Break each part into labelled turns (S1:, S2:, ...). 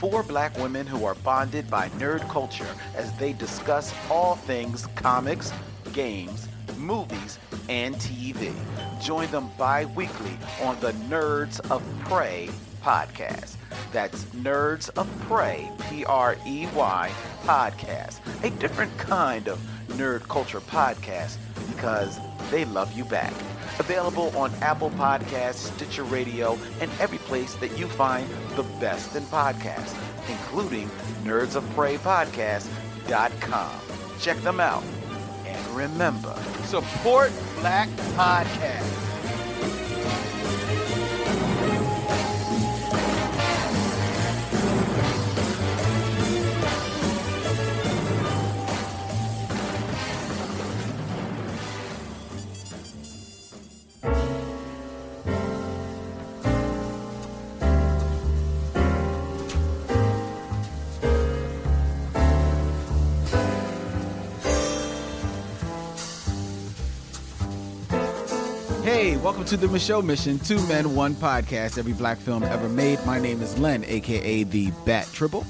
S1: four black women who are bonded by nerd culture as they discuss all things comics, games, movies, and TV. Join them bi weekly on the Nerds of Prey podcast. That's Nerds of Prey, P R E Y, podcast. A different kind of nerd culture podcast because they love you back. Available on Apple Podcasts, Stitcher Radio, and every place that you find the best in podcasts, including Nerds of Prey Podcast.com. Check them out. And remember, support Black Podcasts.
S2: Hey, welcome to the Michelle Mission, Two Men, One Podcast, every black film ever made. My name is Len, aka the Bat Triple.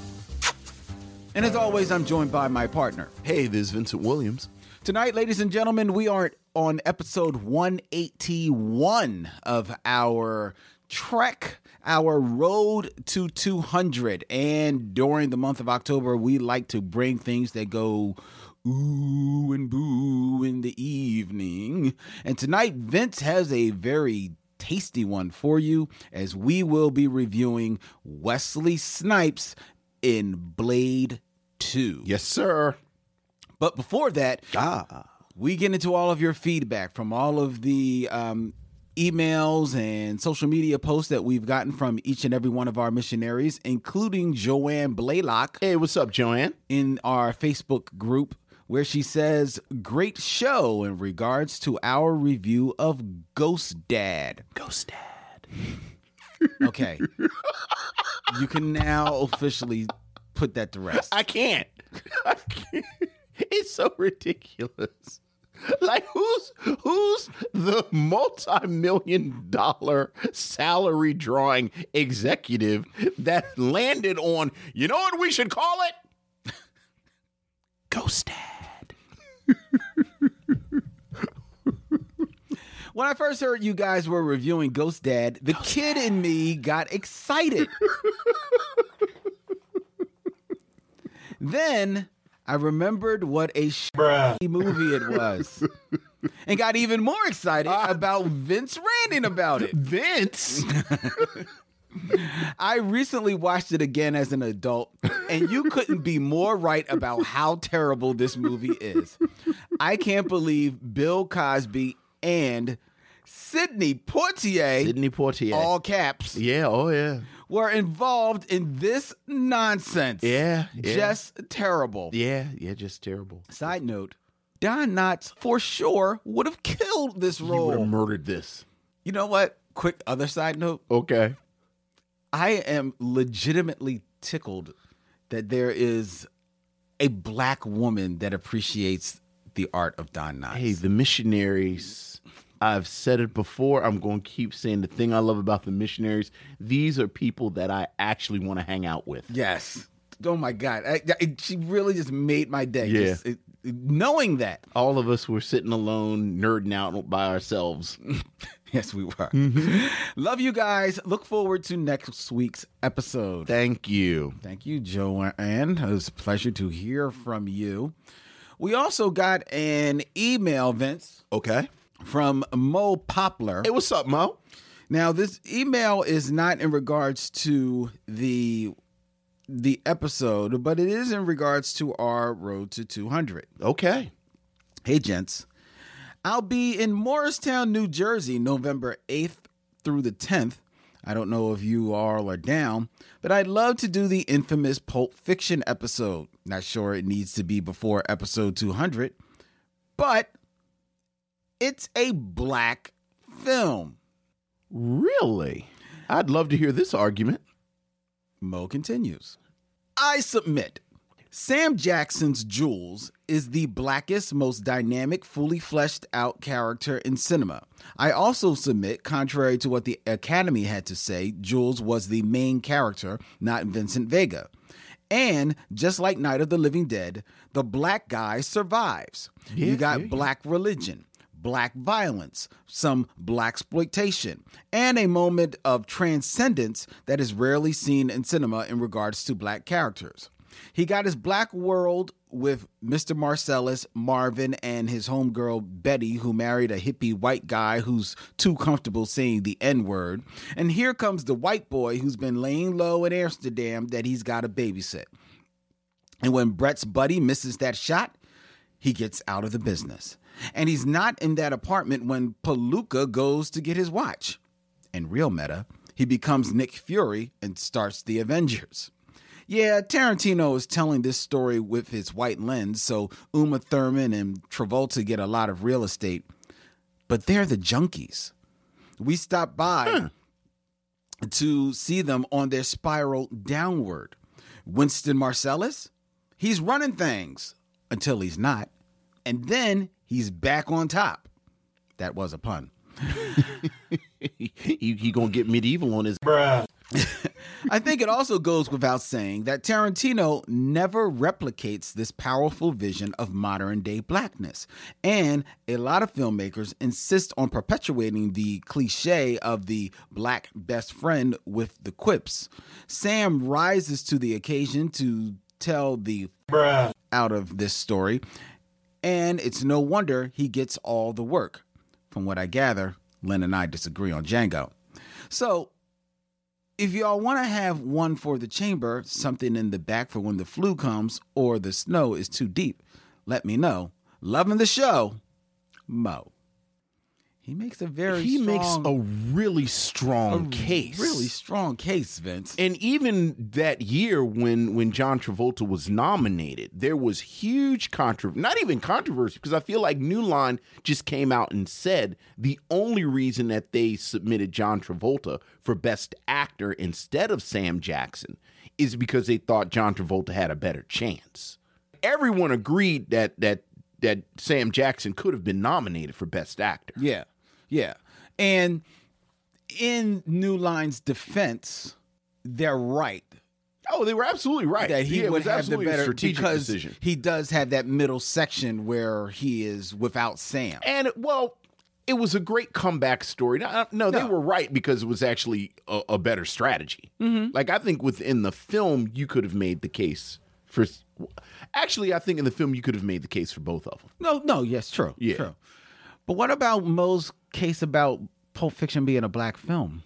S2: And as always, I'm joined by my partner.
S3: Hey, this is Vincent Williams.
S2: Tonight, ladies and gentlemen, we are on episode 181 of our trek, our road to 200. And during the month of October, we like to bring things that go ooh and boo in the evening. And tonight, Vince has a very tasty one for you as we will be reviewing Wesley Snipes in Blade 2.
S3: Yes, sir.
S2: But before that,
S3: Ah.
S2: we get into all of your feedback from all of the um, emails and social media posts that we've gotten from each and every one of our missionaries, including Joanne Blaylock
S3: Hey, what's up, Joanne?
S2: in our Facebook group, where she says, Great show in regards to our review of Ghost Dad.
S3: Ghost Dad.
S2: Okay. you can now officially put that to rest.
S3: I can't. I can't. It's so ridiculous. Like who's who's the multi-million dollar salary drawing executive that landed on, you know what we should call it? Ghost Dad.
S2: When I first heard you guys were reviewing Ghost Dad, the kid in me got excited. then I remembered what a shitty movie it was and got even more excited about Vince ranting about it.
S3: Vince.
S2: I recently watched it again as an adult, and you couldn't be more right about how terrible this movie is. I can't believe Bill Cosby and Sidney Poitier,
S3: Sidney Poitier.
S2: all caps,
S3: yeah, oh yeah.
S2: were involved in this nonsense.
S3: Yeah, yeah.
S2: Just terrible.
S3: Yeah, yeah, just terrible.
S2: Side note Don Knotts for sure would have killed this
S3: would
S2: role.
S3: have murdered this.
S2: you know what? Quick other side note.
S3: Okay.
S2: I am legitimately tickled that there is a black woman that appreciates the art of Don Knotts.
S3: Hey, the missionaries. I've said it before. I'm going to keep saying the thing I love about the missionaries. These are people that I actually want to hang out with.
S2: yes. Oh my God. I, I- she really just made my day.
S3: Yeah.
S2: Just, it- it- knowing that.
S3: All of us were sitting alone, nerding out by ourselves.
S2: Yes, we were. Love you guys. Look forward to next week's episode.
S3: Thank you.
S2: Thank you, Joanne. It was a pleasure to hear from you. We also got an email, Vince,
S3: Okay.
S2: from Mo Poplar.
S3: Hey, what's up, Mo?
S2: Now, this email is not in regards to the the episode, but it is in regards to our road to 200.
S3: Okay.
S2: Hey, gents. I'll be in Morristown, New Jersey, November 8th through the 10th. I don't know if you all are down, but I'd love to do the infamous Pulp Fiction episode. Not sure it needs to be before episode 200, but it's a black film.
S3: Really? I'd love to hear this argument.
S2: Mo continues. I submit. Sam Jackson's Jules is the blackest, most dynamic, fully fleshed out character in cinema. I also submit, contrary to what the Academy had to say, Jules was the main character, not Vincent Vega. And just like Night of the Living Dead, the black guy survives. you got black religion, black violence, some black exploitation, and a moment of transcendence that is rarely seen in cinema in regards to black characters. He got his black world with Mr. Marcellus, Marvin, and his homegirl Betty, who married a hippie white guy who's too comfortable saying the N word. And here comes the white boy who's been laying low in Amsterdam that he's got to babysit. And when Brett's buddy misses that shot, he gets out of the business. And he's not in that apartment when Palooka goes to get his watch. In real meta, he becomes Nick Fury and starts the Avengers. Yeah, Tarantino is telling this story with his white lens, so Uma Thurman and Travolta get a lot of real estate, but they're the junkies. We stopped by to see them on their spiral downward. Winston Marcellus, he's running things until he's not, and then he's back on top. That was a pun.
S3: He, he, he gonna get medieval on his
S2: I think it also goes without saying that Tarantino never replicates this powerful vision of modern day blackness. And a lot of filmmakers insist on perpetuating the cliche of the black best friend with the quips. Sam rises to the occasion to tell the out of this story, and it's no wonder he gets all the work. From what I gather, Lynn and I disagree on Django. So, if y'all want to have one for the chamber, something in the back for when the flu comes or the snow is too deep, let me know. Loving the show, Mo. He makes a very
S3: he
S2: strong-
S3: makes a really strong
S2: a
S3: case
S2: really strong case, Vince.
S3: and even that year when when John Travolta was nominated, there was huge controversy. Not even controversy, because I feel like New Line just came out and said the only reason that they submitted John Travolta for Best Actor instead of Sam Jackson is because they thought John Travolta had a better chance. Everyone agreed that that that Sam Jackson could have been nominated for Best Actor.
S2: Yeah, yeah. And in New Line's defense, they're right
S3: Oh, they were absolutely right.
S2: that he
S3: Yeah, it
S2: would
S3: was
S2: have the
S3: absolutely a
S2: better
S3: strategic
S2: because
S3: decision.
S2: he does have that middle section where he is without Sam.
S3: And well, it was a great comeback story. No, no, they
S2: No.
S3: were right because it was actually a, a better strategy. Like I think within the film, you could have made the case for. Actually, I think in the film you could have made the case for both of them.
S2: No, no, yes, true,
S3: Yeah.
S2: true. But what about Mo's case about Pulp Fiction being a black film?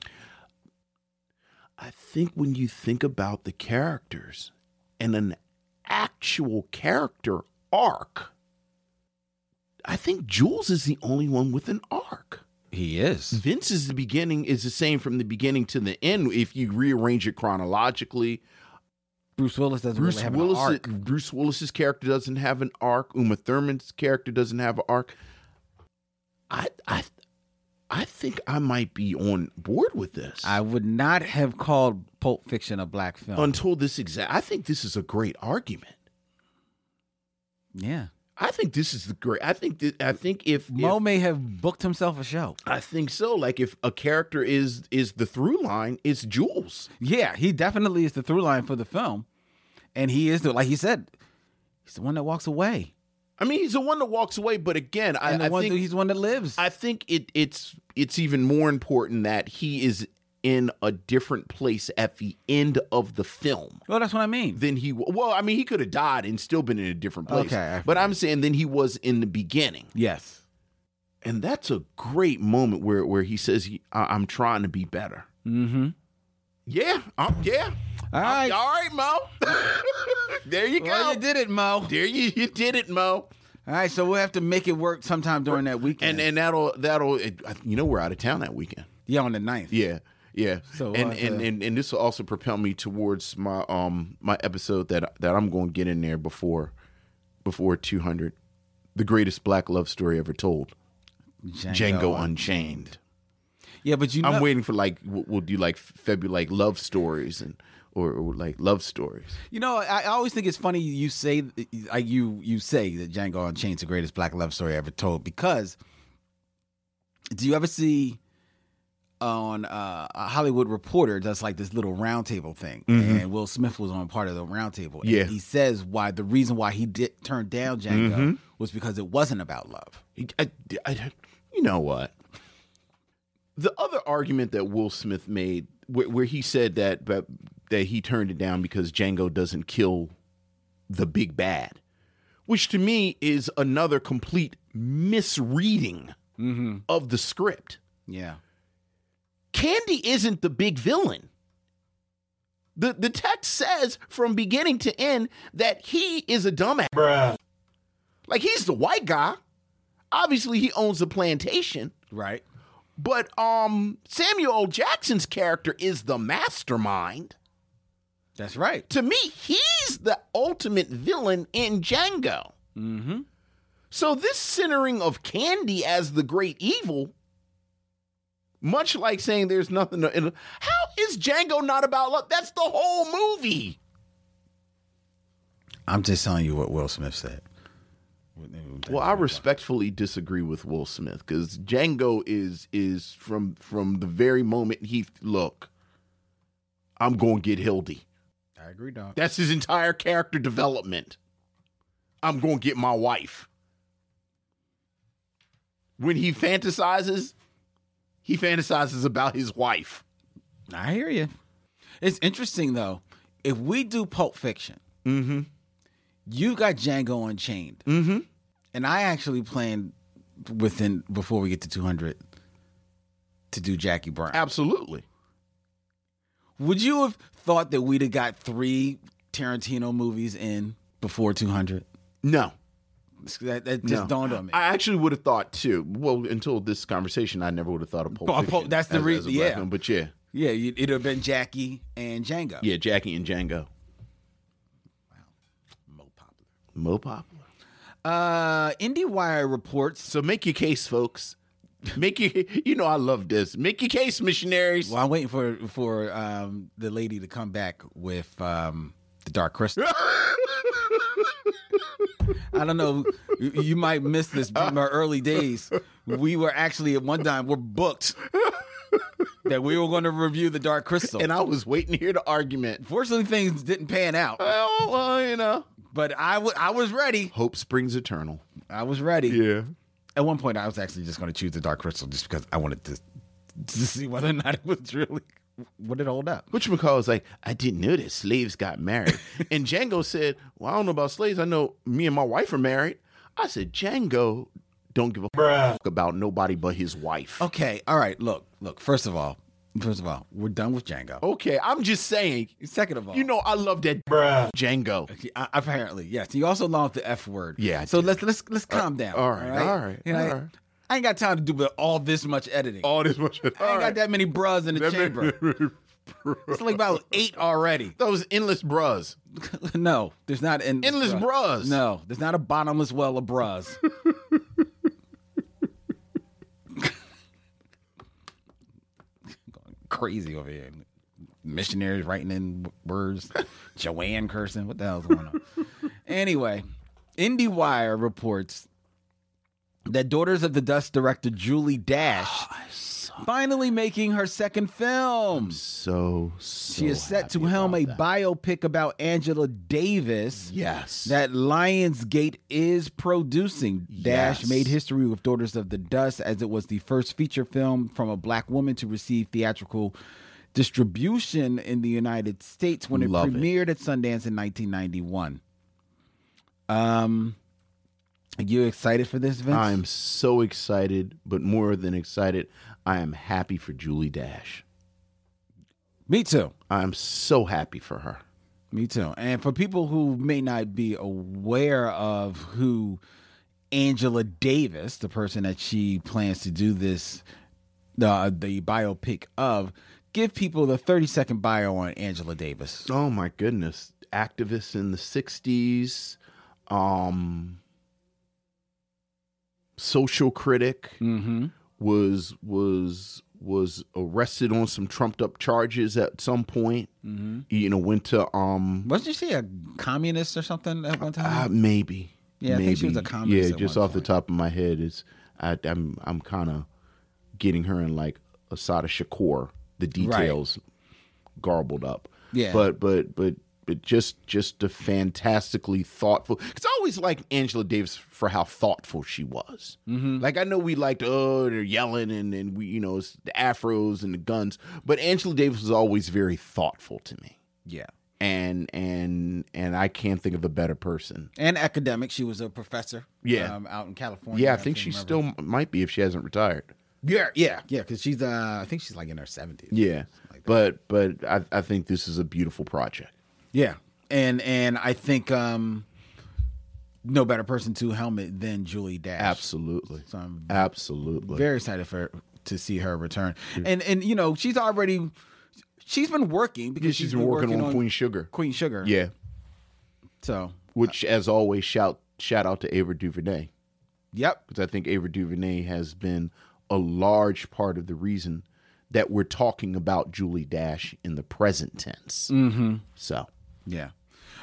S3: I think when you think about the characters and an actual character arc, I think Jules is the only one with an arc.
S2: He is.
S3: Vince is the beginning is the same from the beginning to the end if you rearrange it chronologically.
S2: Bruce Willis doesn't
S3: Bruce
S2: really have
S3: Willis
S2: an arc.
S3: Bruce Willis's character doesn't have an arc. Uma Thurman's character doesn't have an arc. I I I think I might be on board with this.
S2: I would not have called Pulp Fiction a black film.
S3: until this exact I think this is a great argument.
S2: yeah.
S3: I think this is the great I think that I think if,
S2: Mo
S3: if
S2: may have booked himself a show.
S3: I think so. Like if a character is is the through line, it's Jules.
S2: Yeah, he definitely is the through line for the film. And he is the like he said, he's the one that walks away.
S3: I mean, he's the one that walks away, but again, I,
S2: And the
S3: I
S2: one
S3: think
S2: he's the one that lives.
S3: I think it it's it's even more important that he is in a different place at the end of the film
S2: Well, that's what I mean.
S3: than he w- well i mean he could have died and still been in a different place
S2: Okay.
S3: but i'm saying than he was in the beginning
S2: yes.
S3: and that's a great moment where where he says he, I, i'm trying to be better
S2: Mm-hmm.
S3: yeah I'm, yeah
S2: All right.
S3: I'm- all right mo there you go
S2: Well, you did it, Mo.
S3: there you you did it mo
S2: All right, so we'll have to make it work sometime during that weekend.
S3: and and that'll that'll it, you know we're out of town that weekend
S2: yeah, on the 9th.
S3: Yeah, yeah.
S2: So,
S3: and,
S2: uh,
S3: and
S2: the-
S3: and and this will also propel me towards my um my episode that that I'm going to get in there before before 200, the greatest black love story ever told, Django, Unchained.
S2: Yeah, but you know,
S3: I'm waiting for like we'll, we'll do like February like love stories and or, or like love stories.
S2: you know, I I always think it's funny you say like you you say that Django Unchained's the greatest black love story ever told because do you ever see on uh, a Hollywood Reporter does like this little roundtable thing, and Will Smith was on part of the roundtable. and
S3: Yeah.
S2: he says why the reason why he did turn down Django was because it wasn't about love.
S3: I, I- you know what? The other argument that Will Smith made, where, where he said that, that that he turned it down because Django doesn't kill the big bad, which to me is another complete misreading of the script.
S2: Yeah,
S3: Candy isn't the big villain. The the text says from beginning to end that he is a dumbass. Like he's the white guy. Obviously he owns the plantation,
S2: right.
S3: but um Samuel L. Jackson's character is the mastermind.
S2: That's right.
S3: To me, he's the ultimate villain in Django.
S2: Mm-hmm.
S3: So this centering of Candy as the great evil, much like saying there's nothing to, and how is Django not about love? That's the whole movie.
S2: I'm just telling you what Will Smith said.
S3: Well, I respectfully disagree with Will Smith because Django is is from from the very moment he look, I'm gonna get Hildy.
S2: I agree, dog.
S3: That's his entire character development. I'm gonna get my wife. When he fantasizes, he fantasizes about his wife.
S2: I hear you. It's interesting though. If we do Pulp Fiction,
S3: Mm-hmm.
S2: you got Django Unchained,
S3: Mm-hmm.
S2: and I actually planned within before we get to 200 to do Jackie Brown.
S3: Absolutely.
S2: Would you have thought that we'd have got three Tarantino movies in before 200?
S3: No.
S2: That, that just
S3: No.
S2: dawned on me.
S3: I actually would have thought too. Well, until this conversation, I never would have thought of Pulp
S2: Oh, Pulp-
S3: Fiction.
S2: Pulp- that's the
S3: as- as
S2: reason,
S3: a black
S2: yeah.
S3: man, but yeah.
S2: yeah, you- it'd have been Jackie and Django.
S3: Yeah, Jackie and Django.
S2: Mo popular.
S3: Mo popular.
S2: Uh, IndieWire reports.
S3: So make your case, folks. Make your you know I love this. Make your case, missionaries.
S2: Well, I'm waiting for for um, the lady to come back with um, the Dark Crystal. I don't know. You you might miss this from our early days. We were actually at one time we're booked that we were going to review the Dark Crystal.
S3: And I was waiting to hear the argument.
S2: Fortunately, things didn't pan out.
S3: Well, well, you know.
S2: But I wa- I was ready.
S3: Hope springs eternal.
S2: I was ready.
S3: Yeah.
S2: At one point, I was actually just going to choose the Dark Crystal just because I wanted to to see whether or not it was really would it hold up.
S3: Which McCall was like, I didn't know that slaves got married. and Django said, Well, I don't know about slaves. I know me and my wife are married. I said, Django don't give a fuck about nobody but his wife.
S2: Okay. All right. Look. Look. First of all. First of all, we're done with Django.
S3: Okay, I'm just saying.
S2: Second of all,
S3: You know, I love that Django.
S2: Uh, apparently, yes. He also lost the F word.
S3: Yeah, I
S2: So
S3: did. Uh,
S2: let's let's let's calm down.
S3: all right, all right,
S2: You know,
S3: all right.
S2: I ain't got time to do but all this much editing.
S3: All this much.
S2: I ain't got that many bras in the chamber. it's like about eight already.
S3: Those endless bras.
S2: no, there's not endless,
S3: Endless bras.
S2: No, there's not a bottomless well of bras. Going Crazy over here. Missionaries writing in w- words. Joanne cursing. What the hell's going on? anyway, IndieWire reports that Daughters of the Dust director Julie Dash
S3: Oh,
S2: finally making her second film.
S3: So, so
S2: She is set to
S3: happy
S2: helm
S3: about
S2: a
S3: that.
S2: biopic about Angela Davis
S3: Yes.
S2: that Lionsgate is producing. Dash
S3: Yes.
S2: made history with Daughters of the Dust as it was the first feature film from a black woman to receive theatrical distribution in the United States when it
S3: Love it.
S2: premiered at Sundance in 1991. Um, are you excited for this, Vince?
S3: I'm so excited, but more than excited, I am happy for Julie Dash.
S2: Me too.
S3: I'm so happy for her.
S2: Me too. And for people who may not be aware of who Angela Davis, the person that she plans to do this, uh, the biopic of, give people the 30 second bio on Angela Davis.
S3: Oh my goodness. Activists in the 60s, um social critic
S2: Mm-hmm.
S3: was was was arrested on some trumped up charges at some point.
S2: Mm-hmm.
S3: You know, went to um
S2: Wasn't she a communist or something at one
S3: uh,
S2: time?
S3: maybe.
S2: Yeah, I
S3: maybe.
S2: think she was a communist
S3: Yeah,
S2: at
S3: just
S2: one
S3: off the
S2: point.
S3: top of my head is I I'm I'm kind of getting her in like Asada Shakur, the details garbled up.
S2: Yeah.
S3: But but but but just just a fantastically thoughtful. Because I always liked Angela Davis for how thoughtful she was.
S2: Mm-hmm.
S3: Like I know we liked oh they're yelling and and we you know it's the afros and the guns, but Angela Davis was always very thoughtful to me.
S2: yeah.
S3: And and and I can't think of a better person.
S2: And academic. She was a professor
S3: Yeah.
S2: um, out in California.
S3: Yeah, I
S2: can't
S3: think she
S2: remember.
S3: still m- might be if she hasn't retired.
S2: Yeah, yeah, yeah, because she's, uh, I think she's like in her 70s.
S3: Yeah, but but I, I think this is a beautiful project.
S2: Yeah, and and I think um no better person to helmet than Julie Dash.
S3: Absolutely,
S2: So I'm
S3: absolutely.
S2: very excited for to see her return. And and you know she's already she's been working because
S3: Yeah, she's been working, on, Queen Sugar.
S2: Queen Sugar.
S3: Yeah,
S2: So
S3: which as always, shout shout out to Ava DuVernay
S2: yep.
S3: because I think Ava DuVernay has been a large part of the reason that we're talking about Julie Dash in the present tense. Mm-hmm. So
S2: Yeah.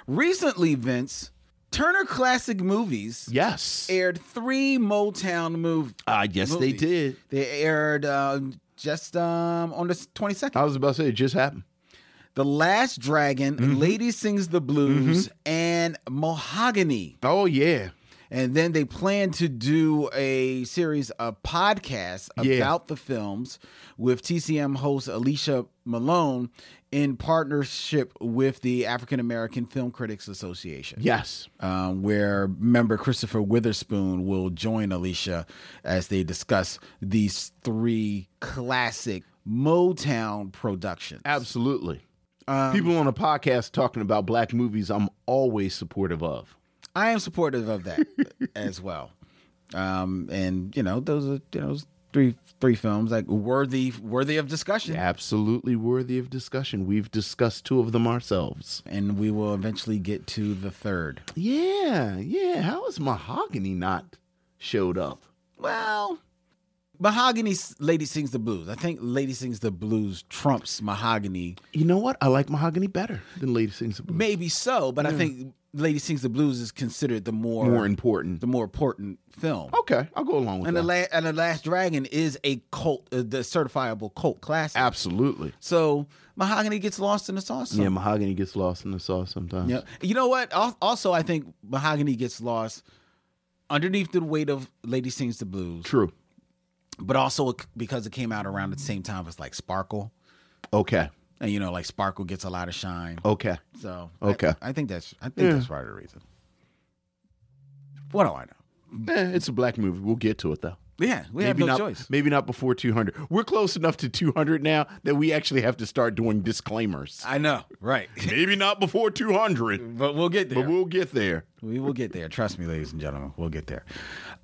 S2: Recently, Vince Turner Classic Movies
S3: yes,
S2: aired three Motown movies.
S3: uh, yes they
S2: movies.
S3: did.
S2: They aired uh, just um on the twenty second.
S3: I was about to say it just happened.
S2: The Last Dragon,
S3: Mm-hmm.
S2: Lady Sings the Blues, and Mahogany.
S3: Oh yeah,
S2: And then they plan to do a series of podcasts
S3: Yeah.
S2: about the films with TCM host Alicia Malone in partnership with the African American Film Critics Association.
S3: yes.
S2: Um, where member Christopher Witherspoon will join Alicia as they discuss these three classic Motown productions.
S3: Absolutely. People on a podcast talking about black movies, I'm always supportive of.
S2: I am supportive of that as well. Um, and you know, those are you know those three three films like worthy worthy of discussion.
S3: Absolutely worthy of discussion. We've discussed two of them ourselves.
S2: And we will eventually get to the third.
S3: Yeah, yeah. How is Mahogany not showed up?
S2: Well, Mahogany Lady Sings the Blues. I think Lady Sings the Blues trumps Mahogany.
S3: You know what? I like Mahogany better than Lady Sings the Blues.
S2: Maybe so, but I think Lady Sings the Blues is considered the more,
S3: More Oh, important.
S2: the more important film.
S3: Okay, I'll go along with
S2: and
S3: that.
S2: the la- and the Last Dragon is a cult, uh, the certifiable cult classic.
S3: Absolutely.
S2: So Mahogany gets lost in the sauce.
S3: Yeah,
S2: sometimes.
S3: Mahogany gets lost in the sauce sometimes.
S2: Yeah. You know what? Al- Also, I think Mahogany gets lost underneath the weight of Lady Sings the Blues,
S3: True.
S2: but also it- because it came out around the same time as like Sparkle.
S3: Okay.
S2: And you know, like Sparkle gets a lot of shine.
S3: Okay.
S2: So I-
S3: Okay.
S2: I, think that's I think that's part of the reason. What do I know?
S3: Eh, it's a black movie. We'll get to it though.
S2: Yeah, we have
S3: maybe
S2: no
S3: not,
S2: choice.
S3: Maybe not before 200. We're close enough to 200 now that we actually have to start doing disclaimers.
S2: I know, right?
S3: maybe not before 200,
S2: but we'll get there.
S3: but we'll get there.
S2: We will get there. Trust me, ladies and gentlemen, we'll get there.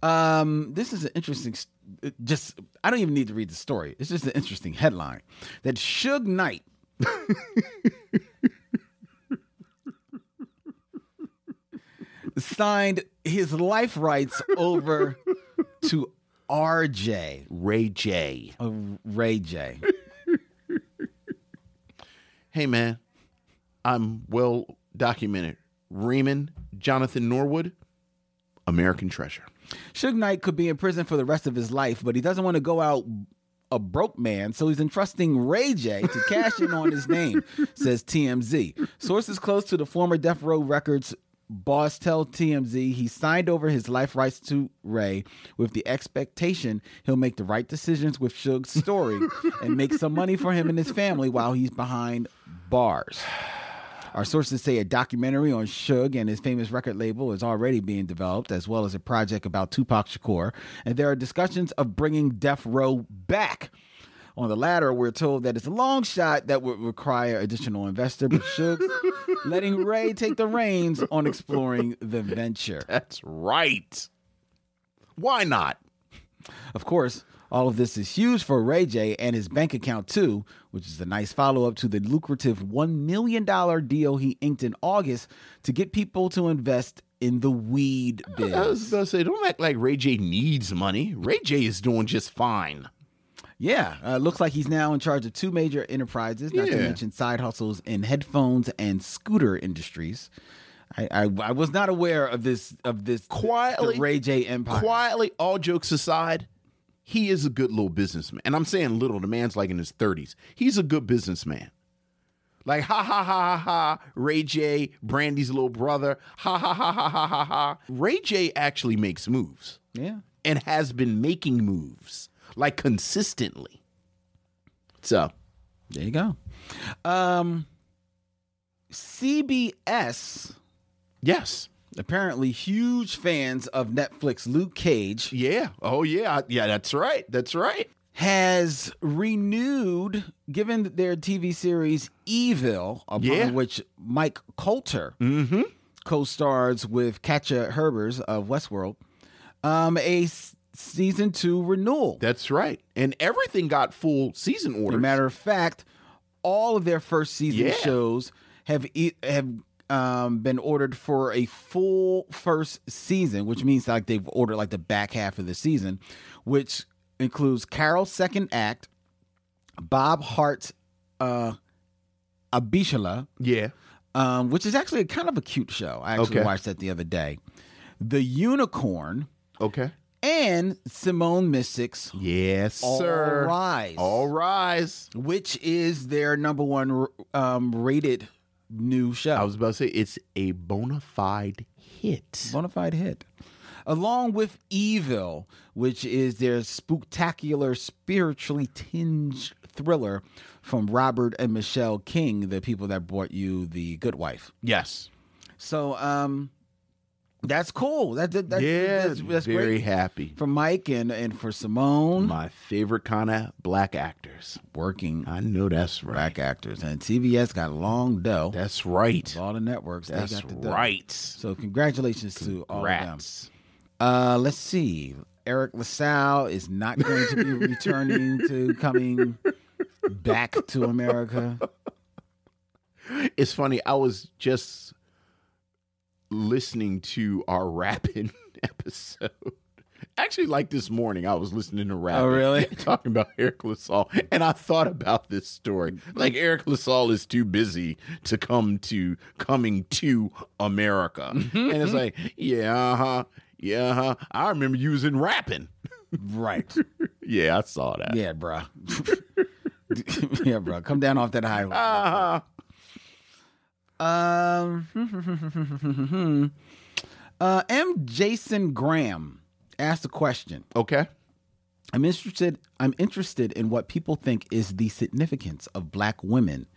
S2: Um, this is an interesting. s- it Just I don't even need to read the story. It's just an interesting headline that Suge Knight. signed his life rights over to RJ
S3: Ray J.
S2: uh, Ray J.
S3: Hey, man, I'm well documented. Raymond Jonathan Norwood, American Treasure.
S2: Suge Knight could be in prison for the rest of his life, but he doesn't want to go out a broke man, so he's entrusting Ray J to cash in on his name, says TMZ. Sources close to the former Death Row Records Boss tells TMZ he signed over his life rights to Ray with the expectation he'll make the right decisions with Suge's story and make some money for him and his family while he's behind bars. Our sources say a documentary on Suge and his famous record label is already being developed, as well as a project about Tupac Shakur. And there are discussions of bringing Death Row back. On the latter, we're told that it's a long shot that would require additional investor, but Suge letting Ray take the reins on exploring the venture.
S3: That's right. Why not?
S2: Of course, all of this is huge for Ray J and his bank account, too, which is a nice follow up to the lucrative $1 million deal he inked in August to get people to invest in the weed
S3: I
S2: biz.
S3: was gonna say, don't act like Ray J needs money. Ray J is doing just fine.
S2: Yeah, uh, looks like he's now in charge of two major enterprises, not to
S3: Yeah.
S2: mention side hustles in headphones and scooter industries. I, I, I was not aware of this of this the
S3: Quietly-
S2: Ray J empire.
S3: Quietly, all jokes aside, he is a good little businessman. And I'm saying little, the man's like in his 30s. He's a good businessman. Like, ha ha ha ha ha, Ray J, Brandy's little brother, ha ha ha ha ha ha ha. Ray J actually makes moves
S2: Yeah,
S3: and has been making moves, like consistently. So,
S2: there you go. Um, CBS
S3: yes.
S2: apparently huge fans of Netflix. Luke Cage
S3: Yeah. Oh, yeah. Yeah, that's right. That's right.
S2: has renewed, given their TV series Evil, upon
S3: Yeah.
S2: which Mike Coulter co-stars with Katja Herbers of Westworld, um, a s- season two renewal.
S3: That's right. And everything got full season
S2: As a
S3: orders.
S2: matter of fact, all of their first season
S3: Yeah.
S2: shows have e- have um, been ordered for a full first season, which means like they've ordered like the back half of the season, which includes Carol's second act, Bob Hart's uh, Abishala,
S3: Yeah.
S2: um, which is actually kind of a cute show. I actually
S3: Okay.
S2: watched that the other day. The Unicorn
S3: Okay.
S2: and Simone Mystic's
S3: Yes,
S2: All
S3: sir.
S2: Rise.
S3: All rise.
S2: which is their number one um, rated new show.
S3: I was about to say it's a bona fide hit.
S2: bona fide hit. Along with Evil, which is their spectacular, spiritually tinged thriller from Robert and Michelle King, the people that brought you The Good Wife.
S3: Yes.
S2: So, um, that's cool. That, that, that-
S3: yeah,
S2: that's, that's
S3: very
S2: great
S3: happy.
S2: for Mike and, and for Simone.
S3: My favorite kind of black actors.
S2: Working
S3: I know that's right.
S2: black actors. And CBS got long dough.
S3: That's right.
S2: all the networks, they
S3: That's
S2: got the dough.
S3: right.
S2: So congratulations to all of them.
S3: Rats.
S2: Uh, let's see. Eric LaSalle is not going to be returning to coming back to America.
S3: It's funny. I was just listening to our rapping episode. Actually, like this morning, I was listening to rap.
S2: Oh, really?
S3: Talking about Eric LaSalle. And I thought about this story. Like, Eric LaSalle is too busy to come to coming to America.
S2: Mm-hmm,
S3: and it's like, yeah, uh-huh. Yeah, uh-huh. I remember you was in rapping.
S2: Right.
S3: Yeah, I saw that.
S2: Yeah, bruh. yeah, bruh. Come down off that highway.
S3: Uh-huh.
S2: Um, uh, M. Jason Graham asked a question.
S3: Okay.
S2: I'm interested. I'm interested in what people think is the significance of black women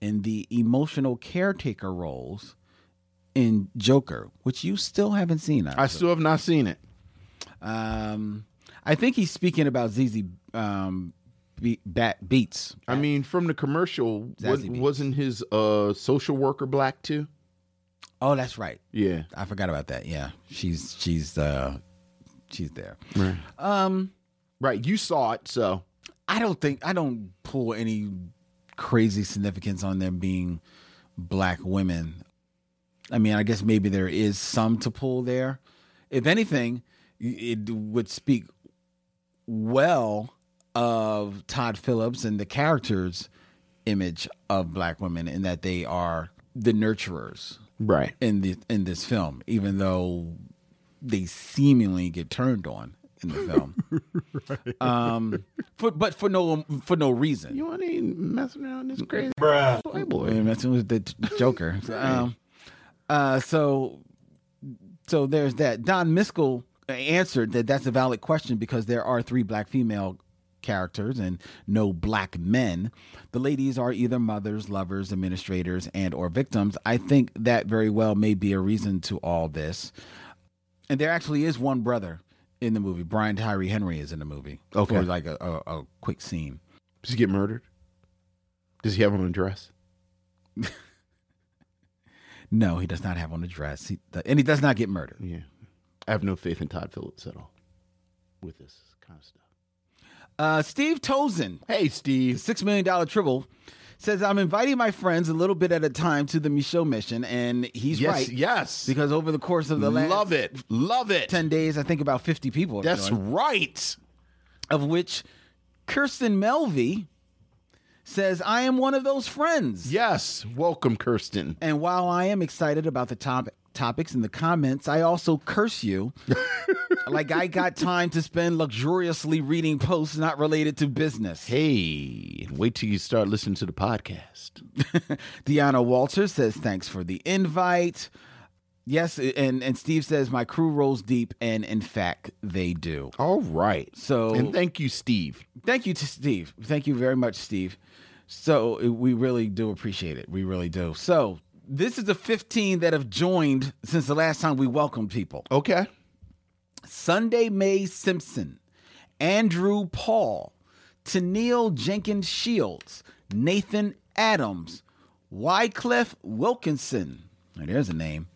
S2: in the emotional caretaker roles in Joker, which you still haven't seen.
S3: I still have not seen it.
S2: um, I think he's speaking about ZZ um, Be- Bat Beats.
S3: I mean, from the commercial, was,
S2: Zazie Beetz.
S3: wasn't his uh, social worker black too?
S2: Oh, that's right.
S3: Yeah.
S2: I forgot about that. Yeah, she's she's uh, she's there.
S3: Right.
S2: Um,
S3: Right. You saw it, so
S2: I don't think I don't pull any crazy significance on them being black women. I mean, I guess maybe there is some to pull there. If anything, it would speak well of Todd Phillips and the character's image of black women in that they are the nurturers
S3: right.
S2: in the in this film, even though they seemingly get turned on in the film. Um, for but for no for no reason.
S3: You want to messing around this crazy playboy?
S2: I mean, that's what the Joker. um, uh, so So there's that. Don Miskell answered that that's a valid question because there are three black female characters and no black men. The ladies are either mothers, lovers, administrators, and or victims. I think that very well may be a reason to all this. And there actually is one brother in the movie. Brian Tyree Henry is in the movie.
S3: Okay.
S2: For like a, a, a quick scene.
S3: Does he get murdered? Does he have on a dress?
S2: No, he does not have on a dress. He, and he does not get murdered.
S3: Yeah. I have no faith in Todd Phillips at all with this kind of stuff.
S2: Uh, Steve Tozen
S3: Hey,
S2: the
S3: Steve.
S2: six million dollar triple says i'm inviting my friends a little bit at a time to the michaud mission and he's
S3: yes,
S2: right
S3: yes.
S2: because over the course of the last
S3: Love it. Love it.
S2: 10 days i think about 50 people have
S3: That's
S2: joined,
S3: right.
S2: of which kirsten melvey says i am one of those friends
S3: Yes. Welcome, Kirsten.
S2: and while i am excited about the topic topics in the comments i also curse you like i got time to spend luxuriously reading posts not related to business
S3: Hey, wait till you start listening to the podcast.
S2: Deanna Walter says, thanks for the invite. Yes, and, and Steve says, my crew rolls deep, and in fact, they do.
S3: All right.
S2: So-
S3: and thank you, Steve.
S2: Thank you to Steve. Thank you very much, Steve. So uh, we really do appreciate it. We really do. So this is the 15 that have joined since the last time we welcomed people.
S3: Okay.
S2: Sunday Mae Simpson, Andrew Paul, Tennille Jenkins Shields, Nathan Adams, Wycliffe Wilkinson, oh, there's a name,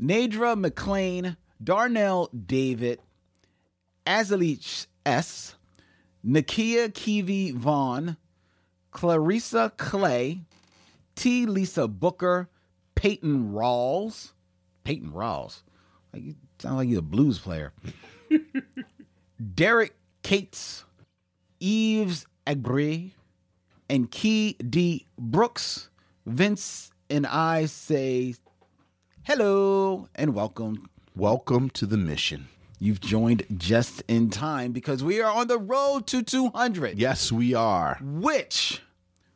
S2: Nadra McLean, Darnell David, Azalich S., Nakia Kivi Vaughn, Clarissa Clay, T. Lisa Booker, Peyton Rawls, Peyton Rawls. Like you sound like you're a blues player. Derek Cates, Eves Agbre, and Key D. Brooks. Vince and I say hello and welcome.
S3: Welcome to the mission.
S2: You've joined just in time because we are on the road to 200,
S3: Yes, we are.
S2: which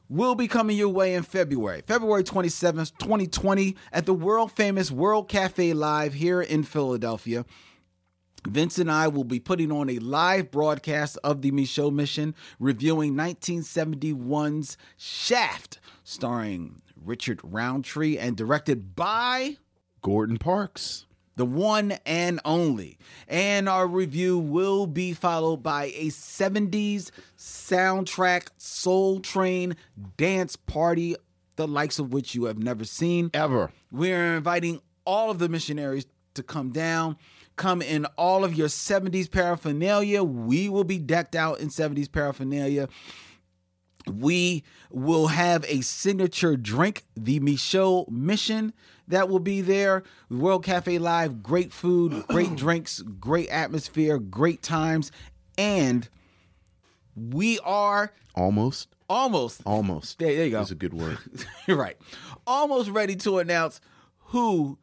S2: will be coming your way in February, February 27th, 2020, at the world famous World Cafe Live here in Philadelphia. Vince and I will be putting on a live broadcast of the Michaud Mission, reviewing 1971's Shaft, starring Richard Roundtree and directed by
S3: Gordon Parks.
S2: the one and only. And our review will be followed by a 70s soundtrack soul train dance party, the likes of which you have never seen.
S3: Ever.
S2: We're inviting all of the missionaries to come down. Come in all of your 70s paraphernalia. We will be decked out in 70s paraphernalia. We will have a signature drink, the Michaud Mission, that will be there. World Cafe Live, great food, great drinks, great atmosphere, great times. And we are
S3: Almost.
S2: almost,
S3: Almost.
S2: There- there you go.
S3: That's a good word.
S2: you're right, almost ready to announce who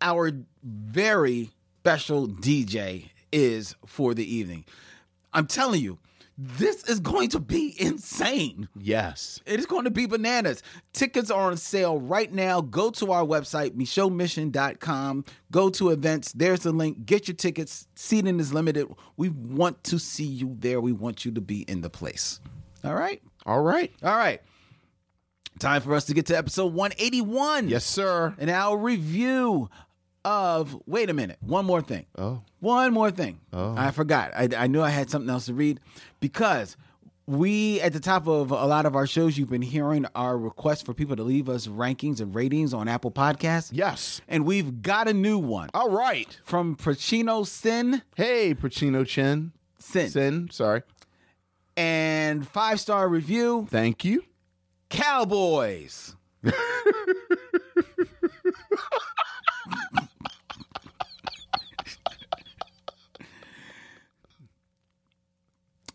S2: our very special DJ is for the evening. I'm telling you, this is going to be insane.
S3: yes.
S2: It is going to be bananas. Tickets are on sale right now. Go to our website, michonmission.com. Go to events. There's the link. Get your tickets. Seating is limited. We want to see you there. We want you to be in the place. All right.
S3: All right.
S2: All right. Time for us to get to episode 181.
S3: Yes, sir.
S2: And our review of, wait a minute, one more thing.
S3: Oh.
S2: One more thing.
S3: Uh-huh.
S2: I forgot. I, I knew I had something else to read because we, at the top of a lot of our shows, you've been hearing our request for people to leave us rankings and ratings on Apple Podcasts.
S3: Yes. Uh.
S2: And we've got a new one
S3: All right.
S2: from Pacino Sin.
S3: Hey, Pacino Chen.
S2: Sin.
S3: Sin. Sorry.
S2: And five star review
S3: Thank you.
S2: Cowboys.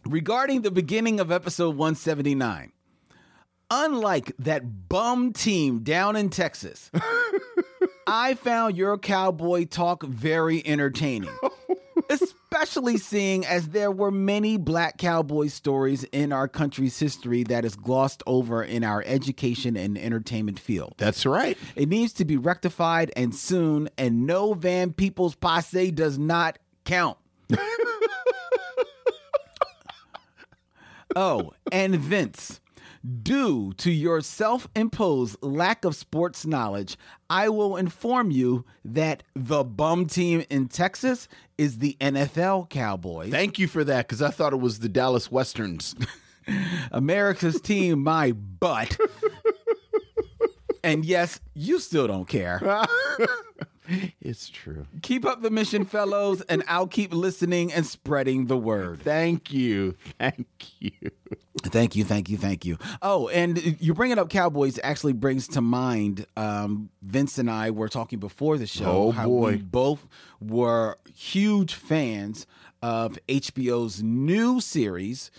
S2: Regarding the beginning of episode 179, unlike that bum team down in Texas, I found your cowboy talk very entertaining, especially seeing as there were many black cowboy stories in our country's history that is glossed over in our education and entertainment field.
S3: That's right.
S2: It needs to be rectified and soon, and no Van People's posse does not count. oh, and Vince. Due to your self imposed lack of sports knowledge, I will inform you that the bum team in Texas is the NFL Cowboys.
S3: Thank you for that because I thought it was the Dallas Westerns.
S2: America's team, my butt. and yes, you still don't care.
S3: it's true.
S2: Keep up the mission, fellows, and I'll keep listening and spreading the word.
S3: Thank you. Thank you.
S2: Thank you, thank you, thank you. Oh, and you bringing up Cowboys actually brings to mind um, Vince and I were talking before the show.
S3: Oh, boy.
S2: we both were huge fans of HBO's new series,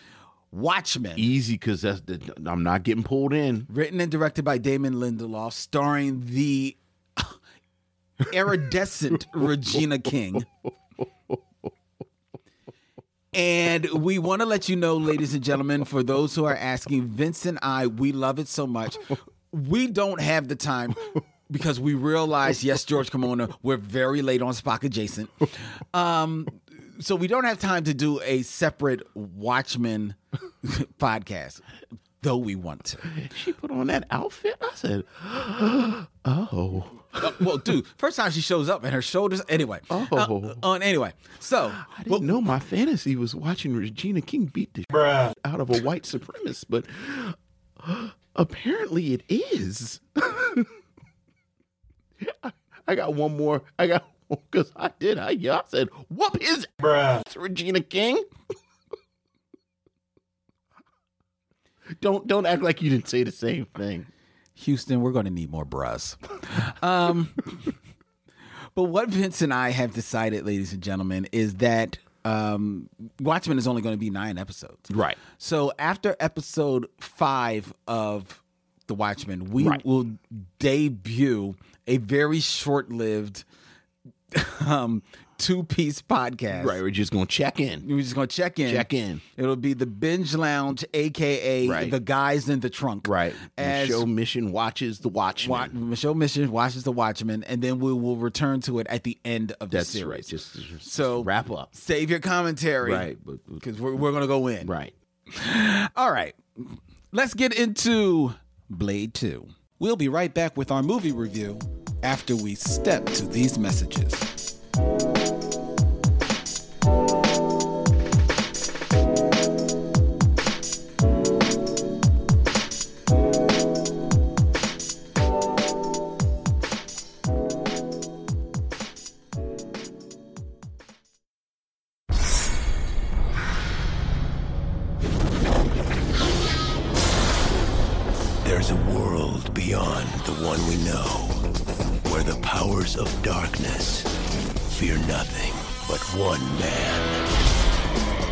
S2: Watchmen.
S3: Easy because that's the, I'm not getting pulled in.
S2: written and directed by Damon Lindelof, starring the iridescent Regina King. And we want to let you know, ladies and gentlemen, for those who are asking, Vince and I, we love it so much. We don't have the time because we realize, yes, George Kimona, we're very late on Spock adjacent. Um, so we don't have time to do a separate Watchmen podcast, though we want to.
S3: She put on that outfit. I said, oh.
S2: Uh, well, dude, first time she shows up and her shoulders. Anyway, Uh,
S3: Oh.
S2: on anyway, so
S3: I didn't know my fantasy was watching Regina King beat the shit out of a white supremacist, but apparently it is. I- I got one more. I got because I did. I, yeah, I said, "Whoop his ass, Regina King." don't don't act like you didn't say the same thing.
S2: Houston, we're going to need more bras. Um, but what Vince and I have decided, ladies and gentlemen, is that um, Watchmen is only going to be nine episodes.
S3: Right.
S2: So after episode five of The Watchmen, we
S3: Right.
S2: will debut a very short-lived um, two-piece podcast.
S3: Right. We're just gonna check in.
S2: We're just gonna check in.
S3: Check in.
S2: It'll be the binge lounge, aka
S3: Right.
S2: the guys in the trunk.
S3: And
S2: As
S3: show mission watches the Watchmen.
S2: Wa- Michelle Mission watches the Watchmen, and then we will return to it at the end of
S3: That's
S2: the series.
S3: right. Just, just
S2: So-
S3: wrap up.
S2: Save your commentary,
S3: Right. but- but-
S2: Because we're we're gonna go in.
S3: Right.
S2: All right. Let's get into Blade Two. We'll be right back with our movie review after we step to these messages.
S4: There's a world beyond the one we know, where the powers of darkness fear nothing but one man.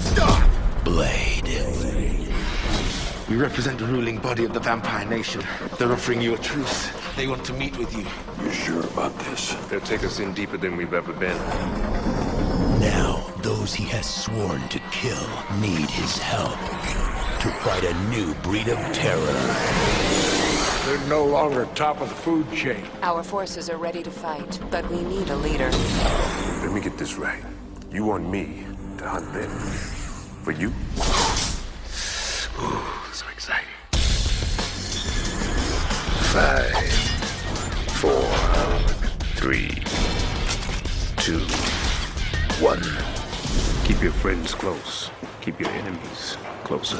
S4: Stop! Blade.
S5: You represent the ruling body of the vampire nation. They're offering you a truce. They want to meet with you.
S4: You're sure about this?
S6: They'll take us in deeper than we've ever been.
S4: Now, those he has sworn to kill need his help to fight a new breed of terror.
S5: They're no longer top of the food chain.
S7: Our forces are ready to fight, but we need a leader.
S6: Let me get this right. You want me to hunt them? For you? Ooh, so exciting.
S5: Five, four, three, two, one. Keep your friends close. Keep your enemies closer.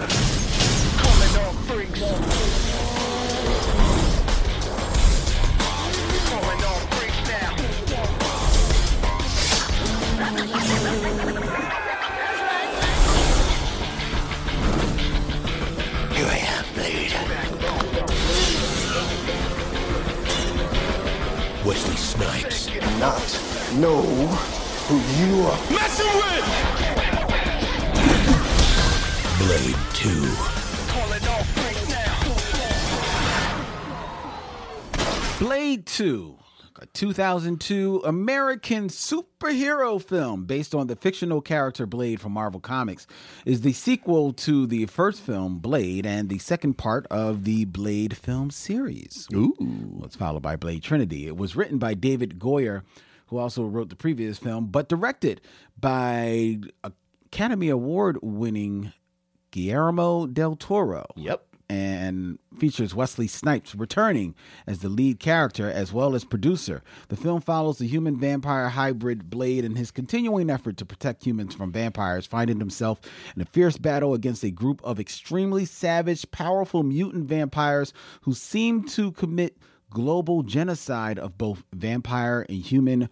S4: Here I am, Blade. Wesley Snipes.
S5: Not know who you are.
S4: Blade 2.
S2: Blade 2, a 2002 American superhero film based on the fictional character Blade from Marvel Comics, is the sequel to the first film, Blade, and the second part of the Blade film series. Ooh. It's followed by Blade Trinity. It was written by David Goyer, who also wrote the previous film, but directed by Academy Award winning Guillermo del Toro
S3: Yep.
S2: and features Wesley Snipes returning as the lead character as well as producer. The film follows the human vampire hybrid Blade in his continuing effort to protect humans from vampires, finding himself in a fierce battle against a group of extremely savage, powerful mutant vampires who seem to commit global genocide of both vampire and human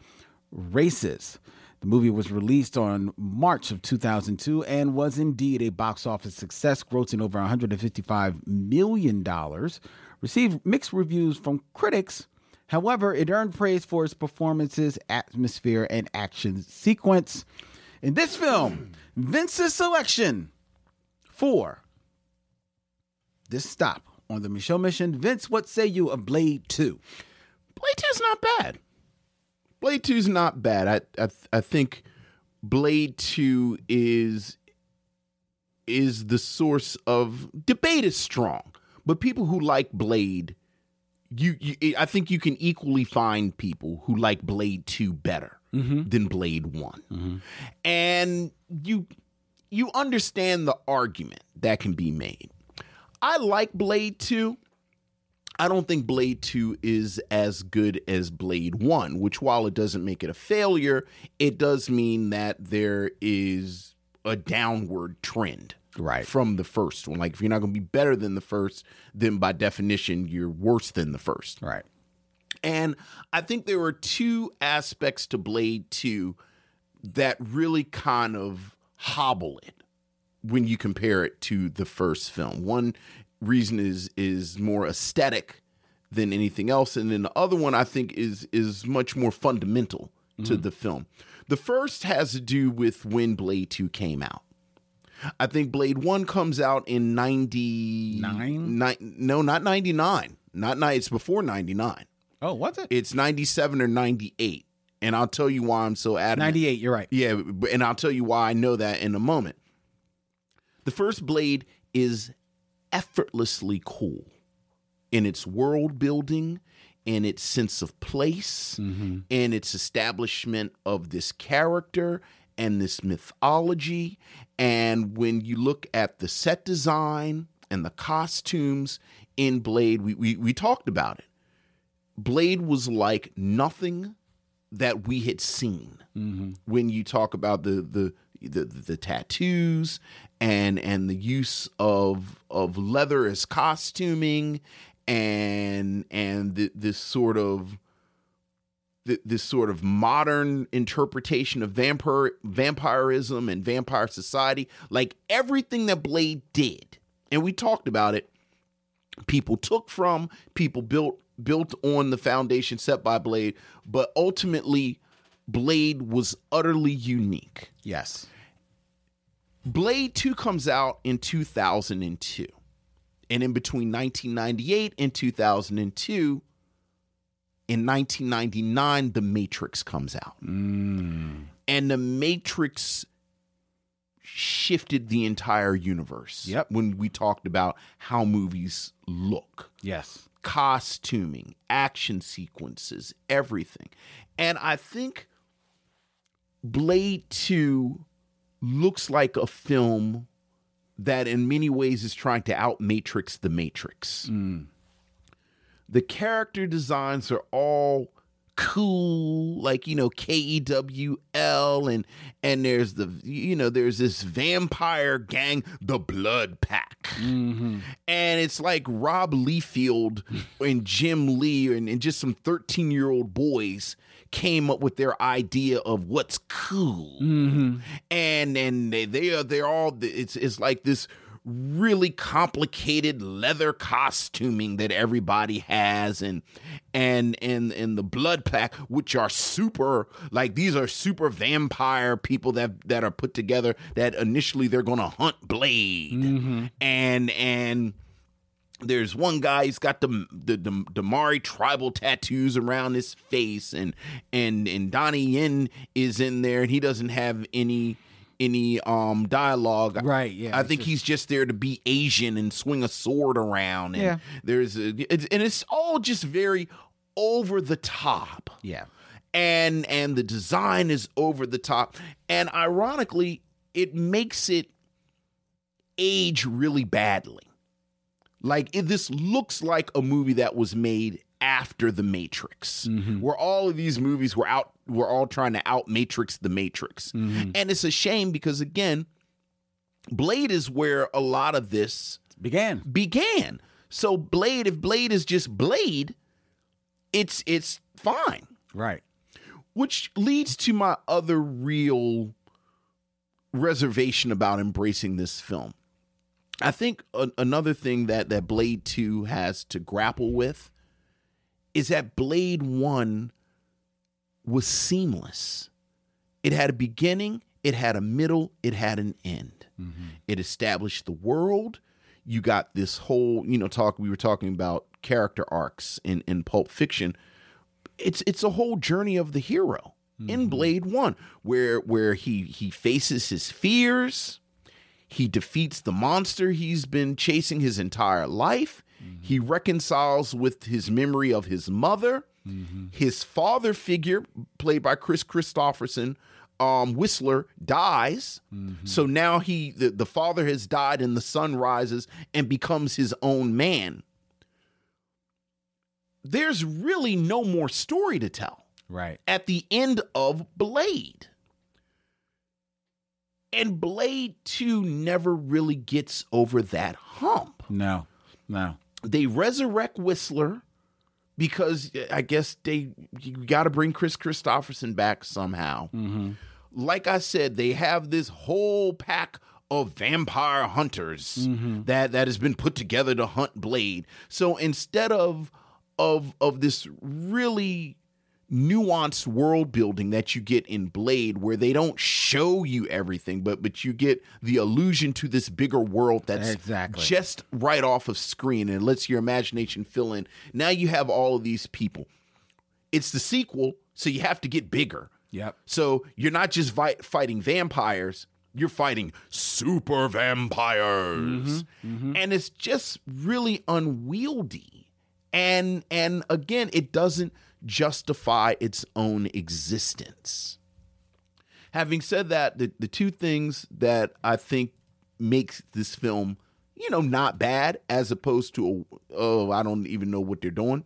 S2: races. The movie was released on March of 2002 and was indeed a box office success, grossing over $155 million. Received mixed reviews from critics. However, it earned praise for its performances, atmosphere, and action sequence. In this film, Vince's selection for this stop on the Michelle Mission. Vince, what say you of Blade 2?
S3: Blade Two's not bad. Blade Two's not bad. I I, I think Blade Two is is the source of debate is strong, but people who like Blade, you, you I think you can equally find people who like Blade Two better than Blade One, and you you understand the argument that can be made. I like Blade Two. I don't think Blade 2 is as good as Blade 1, which while it doesn't make it a failure, it does mean that there is a downward trend
S2: Right.
S3: from the first one. Like if you're not going to be better than the first, then by definition you're worse than the first.
S2: Right.
S3: And I think there were two aspects to Blade 2 that really kind of hobble it when you compare it to the first film. One reason is is more aesthetic than anything else, and then the other one I think is is much more fundamental to the film. The first has to do with when Blade 2 came out. I think Blade 1 comes out in 90
S2: Nine?
S3: Ni- no, not 99. Not nine, it's before 99.
S2: Oh, what's it?
S3: It's 97 or 98. And I'll tell you why I'm so adamant.
S2: 98, you're right.
S3: Yeah, b- and I'll tell you why I know that in a moment. The first blade is effortlessly cool in its world building, in its sense of place, in its establishment of this character and this mythology. And when you look at the set design and the costumes in Blade, we, we, we talked about it. Blade was like nothing that we had seen when you talk about the the the, the tattoos and and the use of of leather as costuming and and the, this sort of th- this sort of modern interpretation of vampire vampirism and vampire society like everything that blade did and we talked about it people took from people built built on the foundation set by blade but ultimately blade was utterly unique
S2: Yes.
S3: blade 2 comes out in 2002 and in between 1998 and 2002 in 1999 the matrix comes out and the matrix shifted the entire universe
S2: Yep.
S3: when we talked about how movies look
S2: Yes.
S3: costuming, action sequences, everything. And I think Blade 2 looks like a film that in many ways is trying to out matrix the matrix. The character designs are all cool like you know K-E-W-L and and there's the you know there's this vampire gang the blood pack and it's like Rob Leafield and Jim Lee and, and just some 13 year old boys came up with their idea of what's cool and and they, they are they're all it's it's like this really complicated leather costuming that everybody has and and and and the blood pack which are super like these are super vampire people that that are put together that initially they're gonna hunt blade and and there's one guy he's got the the the the Mari tribal tattoos around his face and and and Donnie Yen is in there and he doesn't have any any um dialogue
S2: Right, yeah,
S3: i
S2: it's
S3: think he's just there to be asian and swing a sword around and
S2: Yeah.
S3: there's a, it's, and it's all just very over the top
S2: Yeah.
S3: and and the design is over the top and ironically it makes it age really badly like it, this looks like a movie that was made after the matrix where all of these movies were out were all trying to out matrix the matrix and it's a shame because again blade is where a lot of this
S2: Began.
S3: began. So Blade, if Blade is just Blade, it's it's fine.
S2: Right.
S3: Which leads to my other real reservation about embracing this film. I think a- another thing that that Blade 2 has to grapple with is that Blade 1 was seamless. It had a beginning, it had a middle, it had an end. It established the world. You got this whole, you know, talk we were talking about character arcs in in pulp fiction. It's it's a whole journey of the hero in Blade 1 where where he he faces his fears, he defeats the monster he's been chasing his entire life. He reconciles with his memory of his mother. His father figure, played by Chris Christopherson, um, Whistler, dies. So now he the, the father has died and the son rises and becomes his own man. There's really no more story to tell
S2: Right.
S3: at the end of Blade. And Blade 2 never really gets over that hump.
S2: No. No.
S3: They resurrect Whistler because I guess they you got to bring Chris Christopherson back somehow. Like I said, they have this whole pack of vampire hunters that that has been put together to hunt Blade. So instead of of of this really nuanced world building that you get in Blade where they don't show you everything but but you get the illusion to this bigger world that's
S2: Exactly.
S3: just right off of screen and it lets your imagination fill in. Now you have all of these people. It's the sequel, so you have to get bigger.
S2: Yep.
S3: So you're not just vi- fighting vampires, you're fighting super vampires. And it's just really unwieldy. And and again, it doesn't justify its own existence. Having said that, the, the two things that I think makes this film, you know, not bad as opposed to a, oh, I don't even know what they're doing.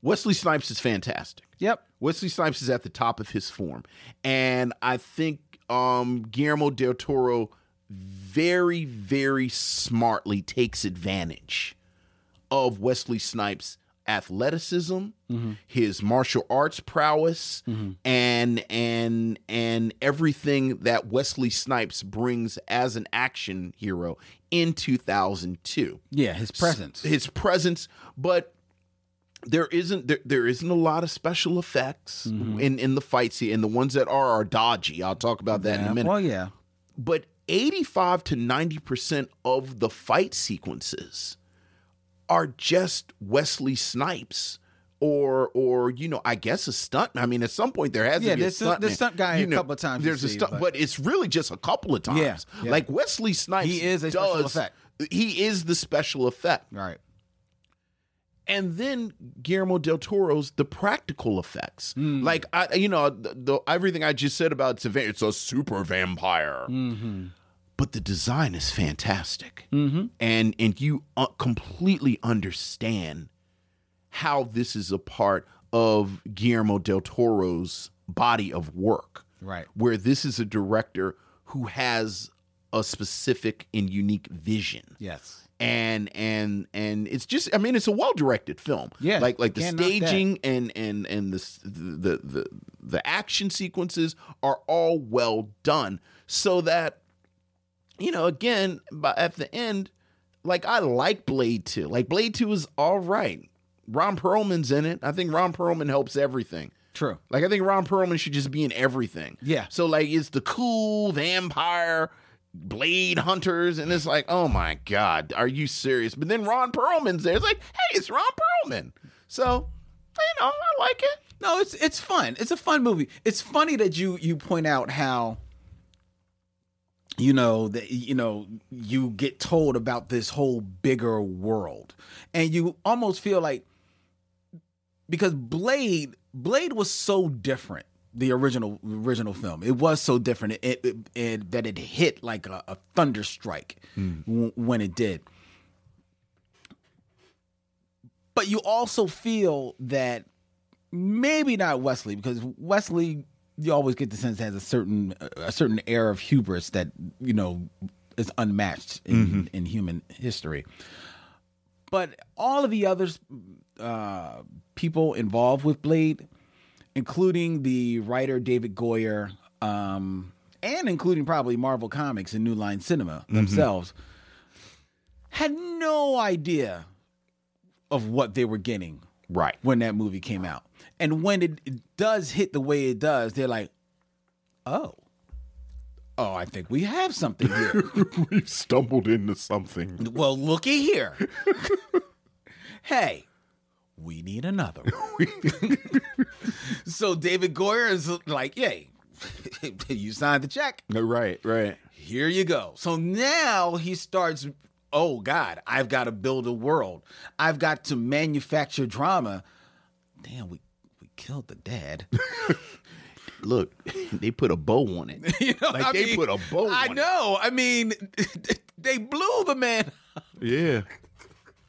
S3: Wesley Snipes is fantastic.
S2: Yep.
S3: Wesley Snipes is at the top of his form. And I think um, Guillermo del Toro very, very smartly takes advantage of Wesley Snipes' athleticism, his martial arts prowess, and and and everything that Wesley Snipes brings as an action hero in 2002
S2: Yeah. His presence.
S3: his presence but there isn't there, there isn't a lot of special effects
S2: Mm-hmm.
S3: in in the fights here and the ones that are are dodgy i'll talk about that in a
S2: Yeah.
S3: minute
S2: Well, yeah.
S3: but 85 to 90% of the fight sequences are just Wesley Snipes or or you know I guess a stunt I mean at some point there has
S2: Yeah,
S3: to be a
S2: there's a-
S3: stunt
S2: there's stunt guy a couple of times you
S3: there's a
S2: see,
S3: stunt but,
S2: but-
S3: it's really just a couple of times
S2: Yeah, yeah.
S3: like Wesley Snipes
S2: He is a
S3: does,
S2: special effect.
S3: he is the special effect
S2: Right.
S3: and then Guillermo del Toro's the practical effects. Like I, you know, the, the, everything I just said about it's a, va- it's a super vampire, but the design is fantastic, and and you uh, completely understand how this is a part of Guillermo del Toro's body of work,
S2: Right.
S3: where this is a director who has a specific and unique vision
S2: Yes.
S3: and and and it's just i mean it's a well directed film
S2: Yeah,
S3: like like the
S2: can't knock that.
S3: staging and and and the, s- the the the action sequences are all well done so that you know again by, at the end like i like blade 2 like blade 2 is all right ron perlman's in it i think ron perlman helps everything
S2: True.
S3: like I think Ron Perlman should just be in everything.
S2: Yeah.
S3: So like it's the cool vampire blade hunters, and it's like, oh my god, are you serious? But then Ron Perlman's there. It's like, hey, it's Ron Perlman. So you know, I like it.
S2: No, it's it's fun. It's a fun movie. It's funny that you you point out how you know that you know you get told about this whole bigger world and you almost feel like because Blade Blade was so different the original original film it was so different it, it, it, it- that it hit like a, a thunder strike w- when it did but you also feel that maybe not Wesley because Wesley you always get the sense has a certain a certain air of hubris that you know is unmatched in, in human history but all of the others uh, people involved with Blade, including the writer David Goyer, um, and including probably Marvel Comics and New Line Cinema themselves, had no idea of what they were getting
S3: Right.
S2: when that movie came out. And when it, it does hit the way it does, they're like, "Oh, oh, I think we have something here."
S3: We've stumbled into something.
S2: Well, looky here. hey, we need another one. so David Goyer is like, yay, you signed the check.
S3: Right, right.
S2: Here you go. So now he starts, oh God, I've got to build a world. I've got to manufacture drama. Damn, we, we killed the dad.
S3: Look, they put a bow on it.
S2: You know,
S3: Like,
S2: I
S3: they
S2: mean,
S3: put a bow
S2: I
S3: on it.
S2: know. I mean, they blew the man
S3: Yeah.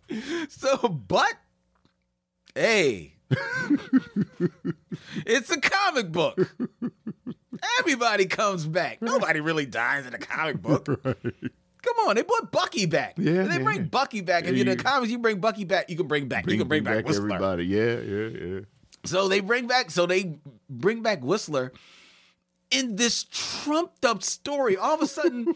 S2: So, but hey, it's a comic book. Everybody comes back. Nobody really dies in a comic book. Come on, they brought Bucky back.
S3: Yeah,
S2: they
S3: yeah.
S2: bring Bucky back. If
S3: Yeah,
S2: you're in the
S3: you-
S2: comics, you bring Bucky back. You can bring back. you can bring, back, Whistler.
S3: everybody. Yeah, yeah, yeah.
S2: So they bring back. So they bring back Whistler in this trumped up story. All of a sudden,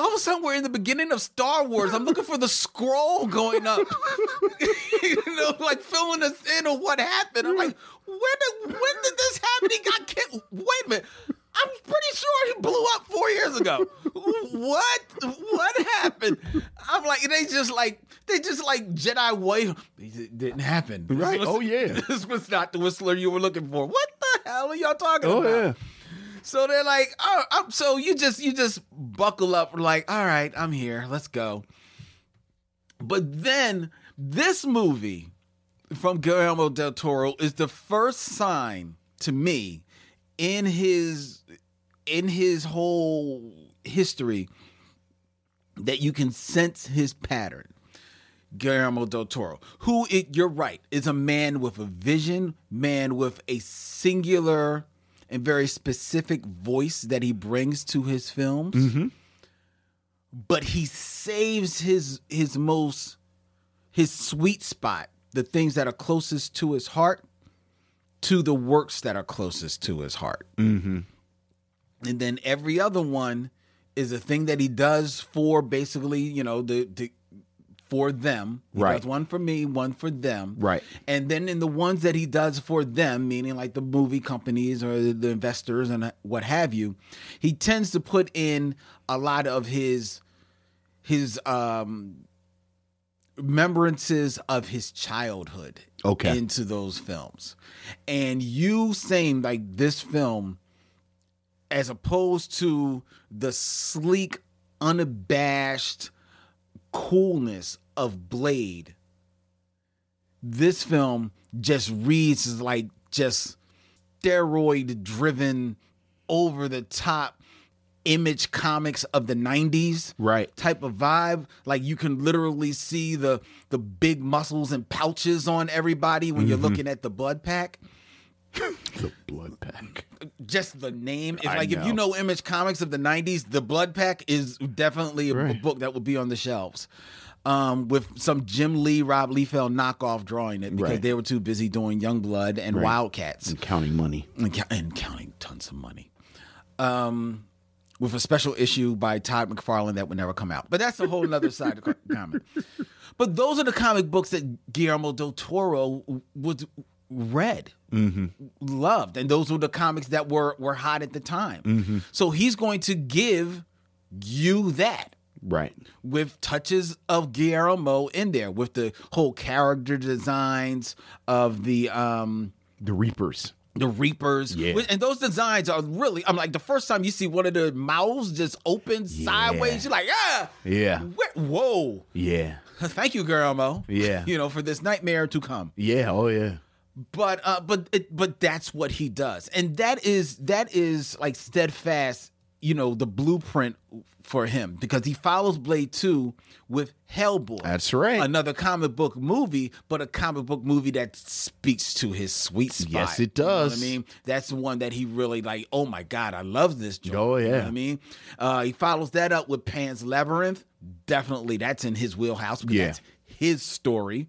S2: all of a sudden, we're in the beginning of Star Wars. I'm looking for the scroll going up, you know, like filling us in on what happened. I'm like, when did, when did this happen? He got killed. Wait a minute. I'm pretty sure he blew up four years ago. What? What happened? I'm like, they just like, they just like Jedi way. It didn't happen. This
S3: Right.
S2: was-
S3: Oh, yeah.
S2: This was not the Whistler you were looking for. What the hell are y'all talking
S3: Oh
S2: about?
S3: yeah.
S2: So they're like, oh, I'm, so you just you just buckle up. We're like, all right, I'm here. Let's go. But then this movie from Guillermo del Toro is the first sign to me in his in his whole history that you can sense his pattern. Guillermo del Toro, who it, you're right, is a man with a vision, man with a singular and very specific voice that he brings to his films. But he saves his his most his sweet spot, the things that are closest to his heart, to the works that are closest to his heart. And then every other one is a thing that he does for basically, you know, the, the for them. He
S3: Right.
S2: does one for me, one for them.
S3: Right.
S2: And then in the ones that he does for them, meaning like the movie companies or the, the investors and what have you, he tends to put in a lot of his his um remembrances of his childhood
S3: Okay.
S2: into those films. And you saying like this film as opposed to the sleek, unabashed coolness of Blade, this film just reads as like just steroid driven, over the top image comics of the 90s
S3: Right.
S2: type of vibe like you can literally see the the big muscles and pouches on everybody when you're looking at the blood pack
S3: The blood pack.
S2: just the name. If
S3: I
S2: like if you
S3: know.
S2: know Image Comics of the '90s, the Blood Pack is definitely a, a book that will be on the shelves, um, with some Jim Lee, Rob Liefeld knockoff drawing it because
S3: Right.
S2: they were too busy doing Young Blood and Wildcats
S3: Counting money.
S2: and, ca- and counting tons of money. Um, with a special issue by Todd McFarlane that would never come out. But that's a whole other side of co- comic. But those are the comic books that Guillermo del Toro w- was read,
S3: Mm-hmm. Mm-hmm.
S2: loved, and those were the comics that were were hot at the time. So he's going to give you that
S3: Right.
S2: with touches of Guillermo in there with the whole character designs of the um
S3: The Reapers.
S2: the Reapers.
S3: Yeah.
S2: Which- And those designs are really, I'm like, the first time you see one of the mouths just open sideways, you're like, ah!
S3: Yeah.
S2: Where- whoa.
S3: Yeah.
S2: Thank you, Guillermo.
S3: Yeah.
S2: You know, for this nightmare to come.
S3: Yeah. Oh yeah.
S2: But uh but it but that's what he does. And that is that is like steadfast, you know, the blueprint for him because he follows Blade 2 with Hellboy.
S3: That's right.
S2: Another comic book movie, but a comic book movie that speaks to his sweet spot.
S3: Yes, it
S2: You know what
S3: does.
S2: I mean, that's the one that he really like, oh my God, I love this joint.
S3: Oh,
S2: You know
S3: yeah.
S2: what I mean? Uh he follows that up with Pan's Labyrinth. Definitely that's in his wheelhouse because
S3: Yeah.
S2: that's his story.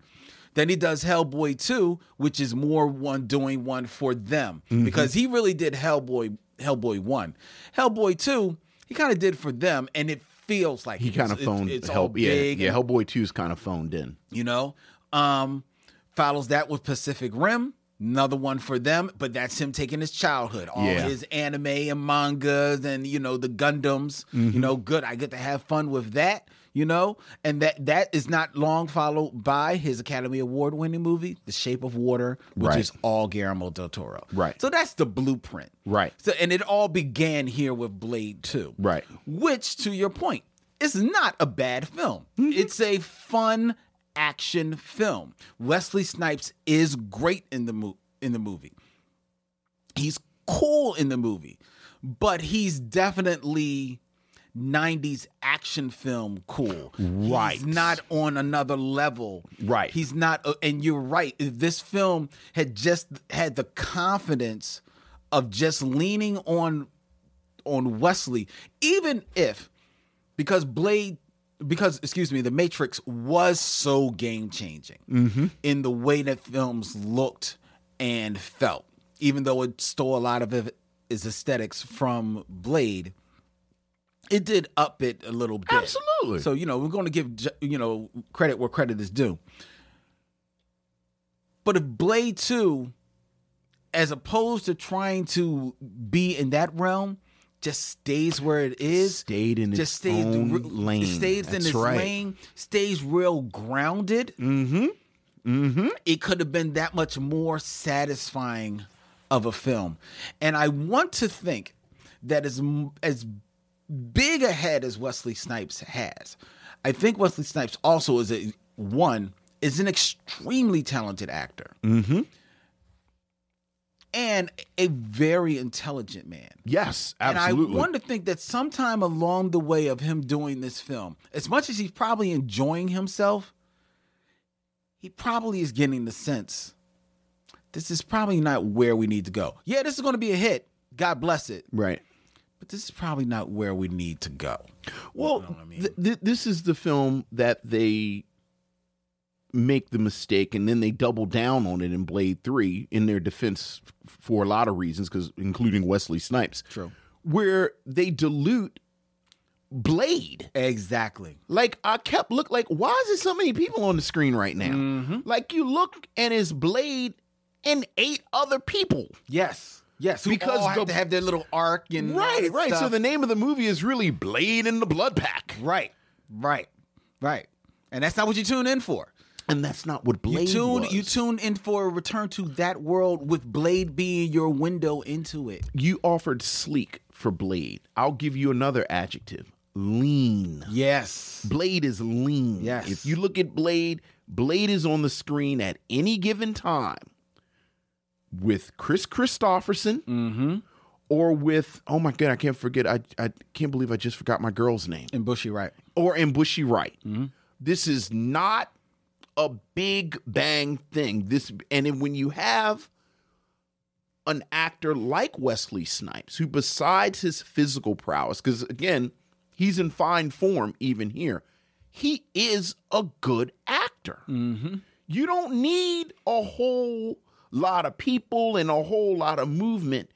S2: Then he does Hellboy 2, which is more one doing one for them
S3: Mm-hmm.
S2: because he really did Hellboy Hellboy 1. Hellboy 2, he kind of did for them and it feels like
S3: He
S2: it.
S3: kind of
S2: It's-
S3: phoned.
S2: it's, it's all
S3: Hell- yeah.
S2: big
S3: Yeah.
S2: and
S3: Hellboy two's kind of phoned in.
S2: you know um follows that with pacific rim another one for them but that's him taking his childhood all
S3: Yeah.
S2: his anime and mangas and you know the gundams
S3: Mm-hmm.
S2: you know good i get to have fun with that you know and that that is not long followed by his academy award winning movie the shape of water which
S3: Right.
S2: is all guillermo del toro
S3: Right.
S2: so that's the blueprint
S3: Right.
S2: so and it all began here with blade 2
S3: Right.
S2: which, to your point, is not a bad film. It's a fun action film. Wesley Snipes is great in the mo- in the movie. He's cool in the movie, but he's definitely 90s action film cool.
S3: Right.
S2: He's not on another level.
S3: Right.
S2: He's not uh, and you're right. If This film had just had the confidence of just leaning on on Wesley, even if because Blade, because excuse me, The Matrix was so game changing
S3: Mm-hmm.
S2: in the way that films looked and felt, even though it stole a lot of it- its aesthetics from Blade. It did up it a little bit.
S3: Absolutely.
S2: So you know we're going to give ju- you know credit where credit is due. But if Blade Two as opposed to trying to be in that realm, just stays where it is.
S3: Stayed in its
S2: just stays
S3: own
S2: re-
S3: lane.
S2: Stays in
S3: That's
S2: its
S3: right.
S2: lane. Stays real grounded. Mm-hmm. Mm-hmm. It could have been that much more satisfying of a film, and I want to think that as m- as big a head as Wesley Snipes has, I think Wesley Snipes also is a one is an extremely talented actor
S3: Mm-hmm.
S2: and a very intelligent man.
S3: Yes. Absolutely.
S2: And I want to think that sometime along the way of him doing this film, as much as he's probably enjoying himself, he probably is getting the sense this is probably not where we need to go. Yeah, this is going to be a hit. God bless it.
S3: Right.
S2: But this is probably not where we need to go.
S3: Well,
S2: know what I mean?
S3: th- th- this is the film that they make the mistake and then they double down on it in Blade 3 in their defense f- for a lot of reasons cuz including Wesley Snipes.
S2: True.
S3: Where they dilute Blade.
S2: Exactly.
S3: Like I kept look like why is there so many people on the screen right now?
S2: Mm-hmm.
S3: Like you look and it's Blade and eight other people.
S2: Yes. Yes. Who
S3: Because
S2: because all have to
S3: the-
S2: have their little arc and all
S3: Right,
S2: that
S3: right. So
S2: stuff.
S3: the name of the movie is really Blade and the Blood Pack.
S2: right, right, right, and that's not what you tune in for.
S3: And that's not what Blade
S2: you tune
S3: was.
S2: you tune in for a return to that world with Blade being your window into it.
S3: You offered sleek for Blade. I'll give you another adjective lean.
S2: Yes.
S3: Blade is lean.
S2: Yes.
S3: If you look at Blade, Blade is on the screen at any given time with Chris Christopherson or with, oh my God, I can't forget. I, I can't believe I just forgot my girl's name.
S2: And Bushy right.
S3: Or in Bushy Wright. This is not a big bang thing. This and then when you have an actor like Wesley Snipes, who besides his physical prowess, because again, he's in fine form even here, he is a good actor. You don't need a whole lot of people and a whole lot of movement.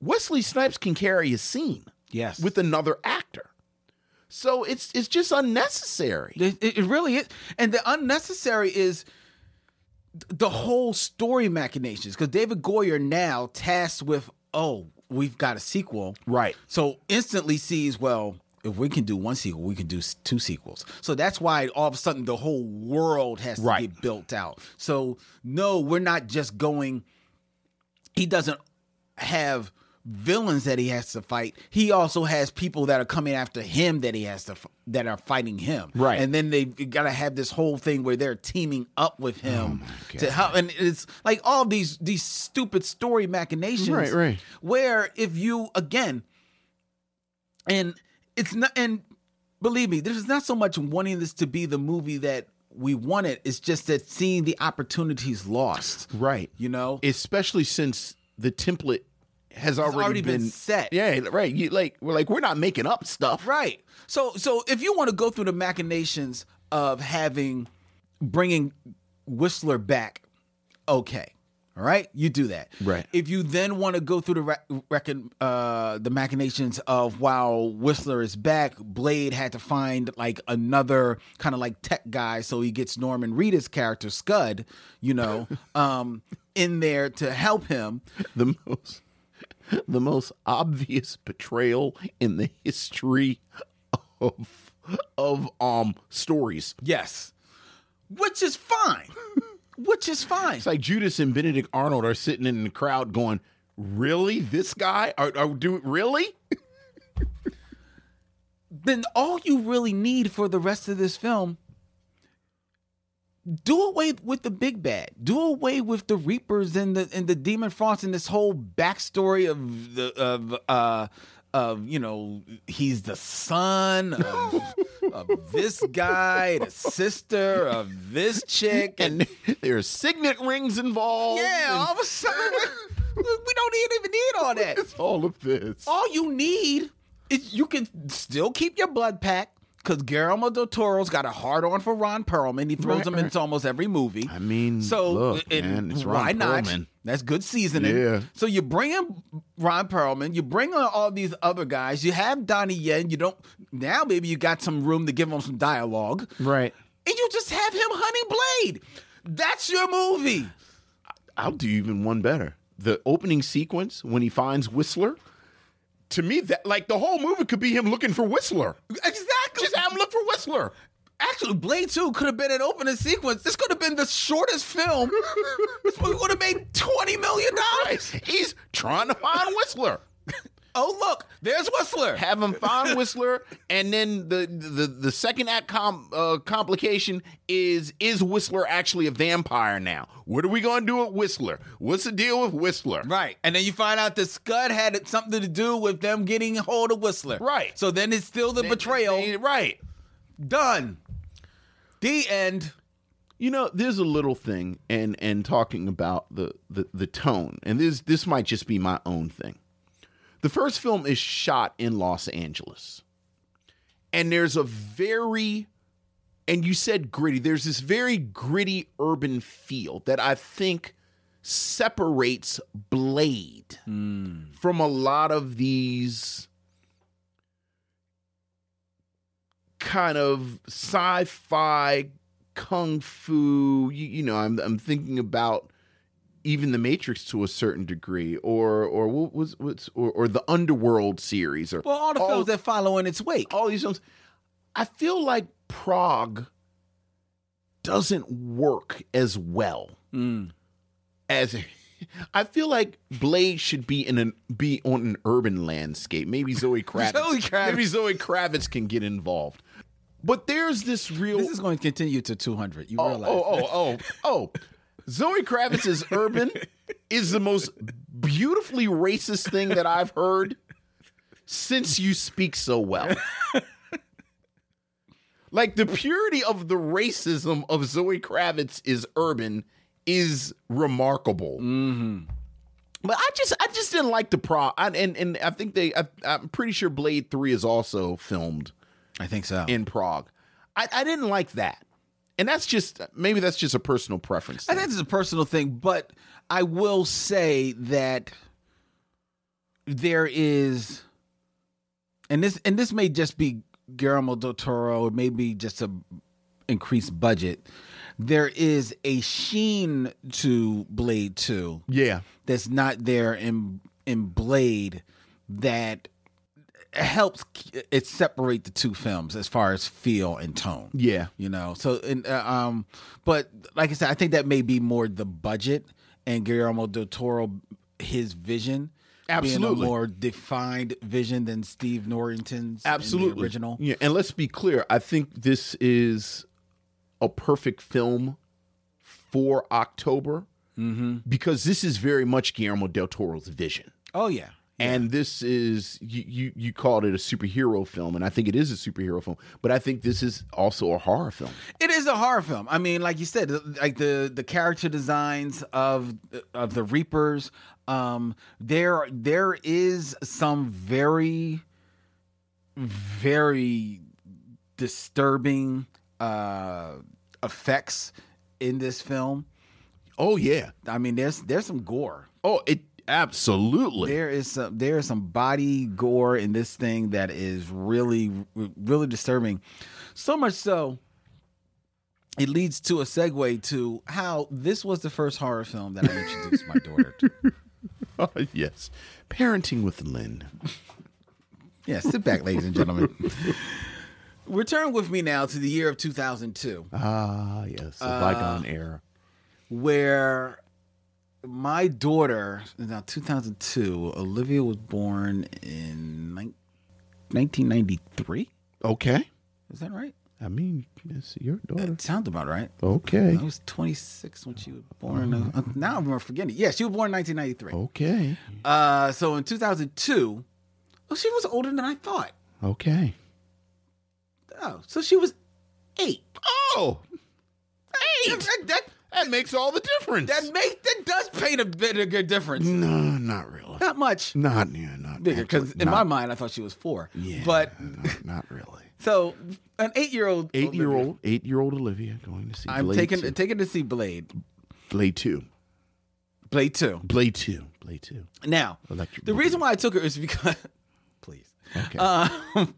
S3: Wesley Snipes can carry a scene
S2: Yes.
S3: with another actor. So it's it's just unnecessary.
S2: It, it- it really is. And the unnecessary is th- the whole story machinations. Because David Goyer now tasked with, oh, we've got a sequel.
S3: Right.
S2: So instantly sees, well, if we can do one sequel, we can do s- two sequels. So that's why all of a sudden the whole world has to
S3: Right.
S2: get built out. So no, we're not just going. He doesn't have villains that he has to fight. He also has people that are coming after him that he has to f- that are fighting him.
S3: Right.
S2: and then they got to have this whole thing where they're teaming up
S3: Oh
S2: with him to help. And it's like all these these stupid story machinations.
S3: Right, right.
S2: Where if you again and it's not and believe me there's not so much wanting this to be the movie that we wanted it's just that seeing the opportunities lost
S3: Right.
S2: you know
S3: especially since the template has already,
S2: already been set.
S3: Yeah, right. You like we're like we're not making up stuff.
S2: right so so if you want to go through the machinations of having bringing whistler back okay all right you do that
S3: Right.
S2: if you then want to go through the re- reckon uh the machinations of while whistler is back blade had to find like another kind of like tech guy so he gets norman reedus character scud you know um in there to help him
S3: The most the most obvious betrayal in the history of of um stories.
S2: yes which is fine which is fine
S3: It's like Judas and Benedict Arnold are sitting in the crowd going, "Really? This guy? Are, are do really?"
S2: then all you really need for the rest of this film do away with the big bad do away with the reapers and the and the demon frost and this whole backstory of the of uh of you know he's the son of, of this guy the sister of this chick
S3: And there's signet rings involved.
S2: yeah all of a sudden we don't even need all that
S3: and all of this.
S2: all you need is you can still keep your blood pack because Guillermo del Toro's got a hard on for Ron Perlman. He throws
S3: Right,
S2: him
S3: right.
S2: into almost every movie.
S3: I mean,
S2: so
S3: look,
S2: and
S3: man, it's
S2: why
S3: Ron
S2: not?
S3: Perlman.
S2: That's good seasoning.
S3: Yeah.
S2: So you bring in Ron Perlman, you bring on all these other guys. You have Donnie Yen. You don't now. Maybe you got some room to give him some dialogue,
S3: Right.
S2: and you just have him hunting Blade. That's your movie.
S3: I'll do even one better. The opening sequence when he finds Whistler. To me, that like the whole movie could be him looking for Whistler.
S2: Exactly.
S3: Just have him look for Whistler.
S2: Actually, Blade 2 could have been an opening sequence. This could have been the shortest film. this movie would have made $20 million.
S3: He's trying to find Whistler.
S2: Oh, look, there's Whistler.
S3: Have him find Whistler, and then the the, the second act com, uh, complication is is Whistler actually a vampire now? What are we going to do with Whistler? What's the deal with Whistler?
S2: Right. And then you find out that Scud had something to do with them getting hold of Whistler.
S3: Right.
S2: So then it's still the betrayal.
S3: Right.
S2: Done. The end.
S3: You know, there's a little thing, and and talking about the the, the tone, and this this might just be my own thing. The first film is shot in Los Angeles, and there's a very, and you said gritty. There's this very gritty urban feel that I think separates Blade from a lot of these kind of sci-fi kung fu you, you know I'm, I'm thinking about even the matrix to a certain degree or or what was what's or, or the underworld series or
S2: Well, all the films that follow in its wake.
S3: all these films i feel like prague doesn't work as well
S2: Mm.
S3: as i feel like blade should be in an be on an urban landscape maybe zoe kravitz,
S2: Zoe Kravitz.
S3: maybe zoe kravitz can get involved but there's this real
S2: This is going to continue to 200. You
S3: oh,
S2: realize
S3: oh,
S2: that.
S3: oh, oh, oh. Zoe Kravitz's Urban is the most beautifully racist thing that I've heard since you speak so well. like the purity of the racism of Zoe Kravitz is urban is remarkable.
S2: Mm-hmm.
S3: But I just I just didn't like the pro I, and and I think they I, I'm pretty sure Blade 3 is also filmed
S2: I think so.
S3: in Prague. I, I didn't like that. And that's just maybe that's just a personal preference.
S2: I
S3: thing.
S2: think it's a personal thing, but I will say that there is, and this and this may just be Guillermo del Toro, it may be just a increased budget. There is a sheen to Blade Two
S3: yeah.
S2: that's not there in in Blade that helps k- it separate the two films as far as feel and tone.
S3: Yeah.
S2: you know. So and uh, um, but like I said, I think that may be more the budget and Guillermo del Toro his vision. Being a
S3: Absolutely.
S2: more defined vision than Steve Norrington's in the
S3: absolutely
S2: original.
S3: Yeah, and let's be clear. I think this is a perfect film for October
S2: Mm-hmm.
S3: because this is very much Guillermo del Toro's vision.
S2: Oh yeah.
S3: And this is you, you you called it a superhero film, and I think it is a superhero film. But I think this is also a horror film.
S2: It is a horror film. I mean, like you said, th- like the the character designs of of the Reapers. Um, there there is some very very disturbing uh, effects in this film.
S3: Oh yeah.
S2: I mean, there's there's some gore.
S3: Oh, it absolutely.
S2: There is some there is some body gore in this thing that is really really disturbing. So much so it leads to a segue to how this was the first horror film that I introduced my daughter to.
S3: yes. Parenting with Lynn.
S2: Yeah, sit back, ladies and gentlemen. Return with me now to the year of 2002,
S3: Ah, yes. The bygone era.
S2: where my daughter, now 2002, Olivia was born in nine- 1993.
S3: Okay.
S2: Is that right?
S3: I mean, it's your daughter.
S2: It sounds about right.
S3: Okay.
S2: I was 26 when she was
S3: Oh,
S2: born. Uh, now I'm forgetting. Yeah, she was born in 1993.
S3: Okay.
S2: Uh, so in 2002, oh, she was older than I thought.
S3: Okay.
S2: Oh, so she was eight.
S3: Oh,
S2: That, that,
S3: that makes all the difference.
S2: that, make, that does paint a bit of good difference.
S3: no, not really.
S2: Not much
S3: Not yeah, not
S2: bigger, because
S3: actually,
S2: in my
S3: not-
S2: mind, I thought she was four.
S3: yeah,
S2: But
S3: not, not really.
S2: so an eight year old.
S3: Eight year old, eight year old Olivia going to see.
S2: I'm
S3: Blade
S2: taking
S3: two.
S2: taking to see Blade.
S3: Blade two,
S2: Blade 2.
S3: Blade two, Blade two.
S2: Now,
S3: Electric
S2: the
S3: Boogaloo.
S2: reason why I took her is because, please,
S3: Okay.
S2: um,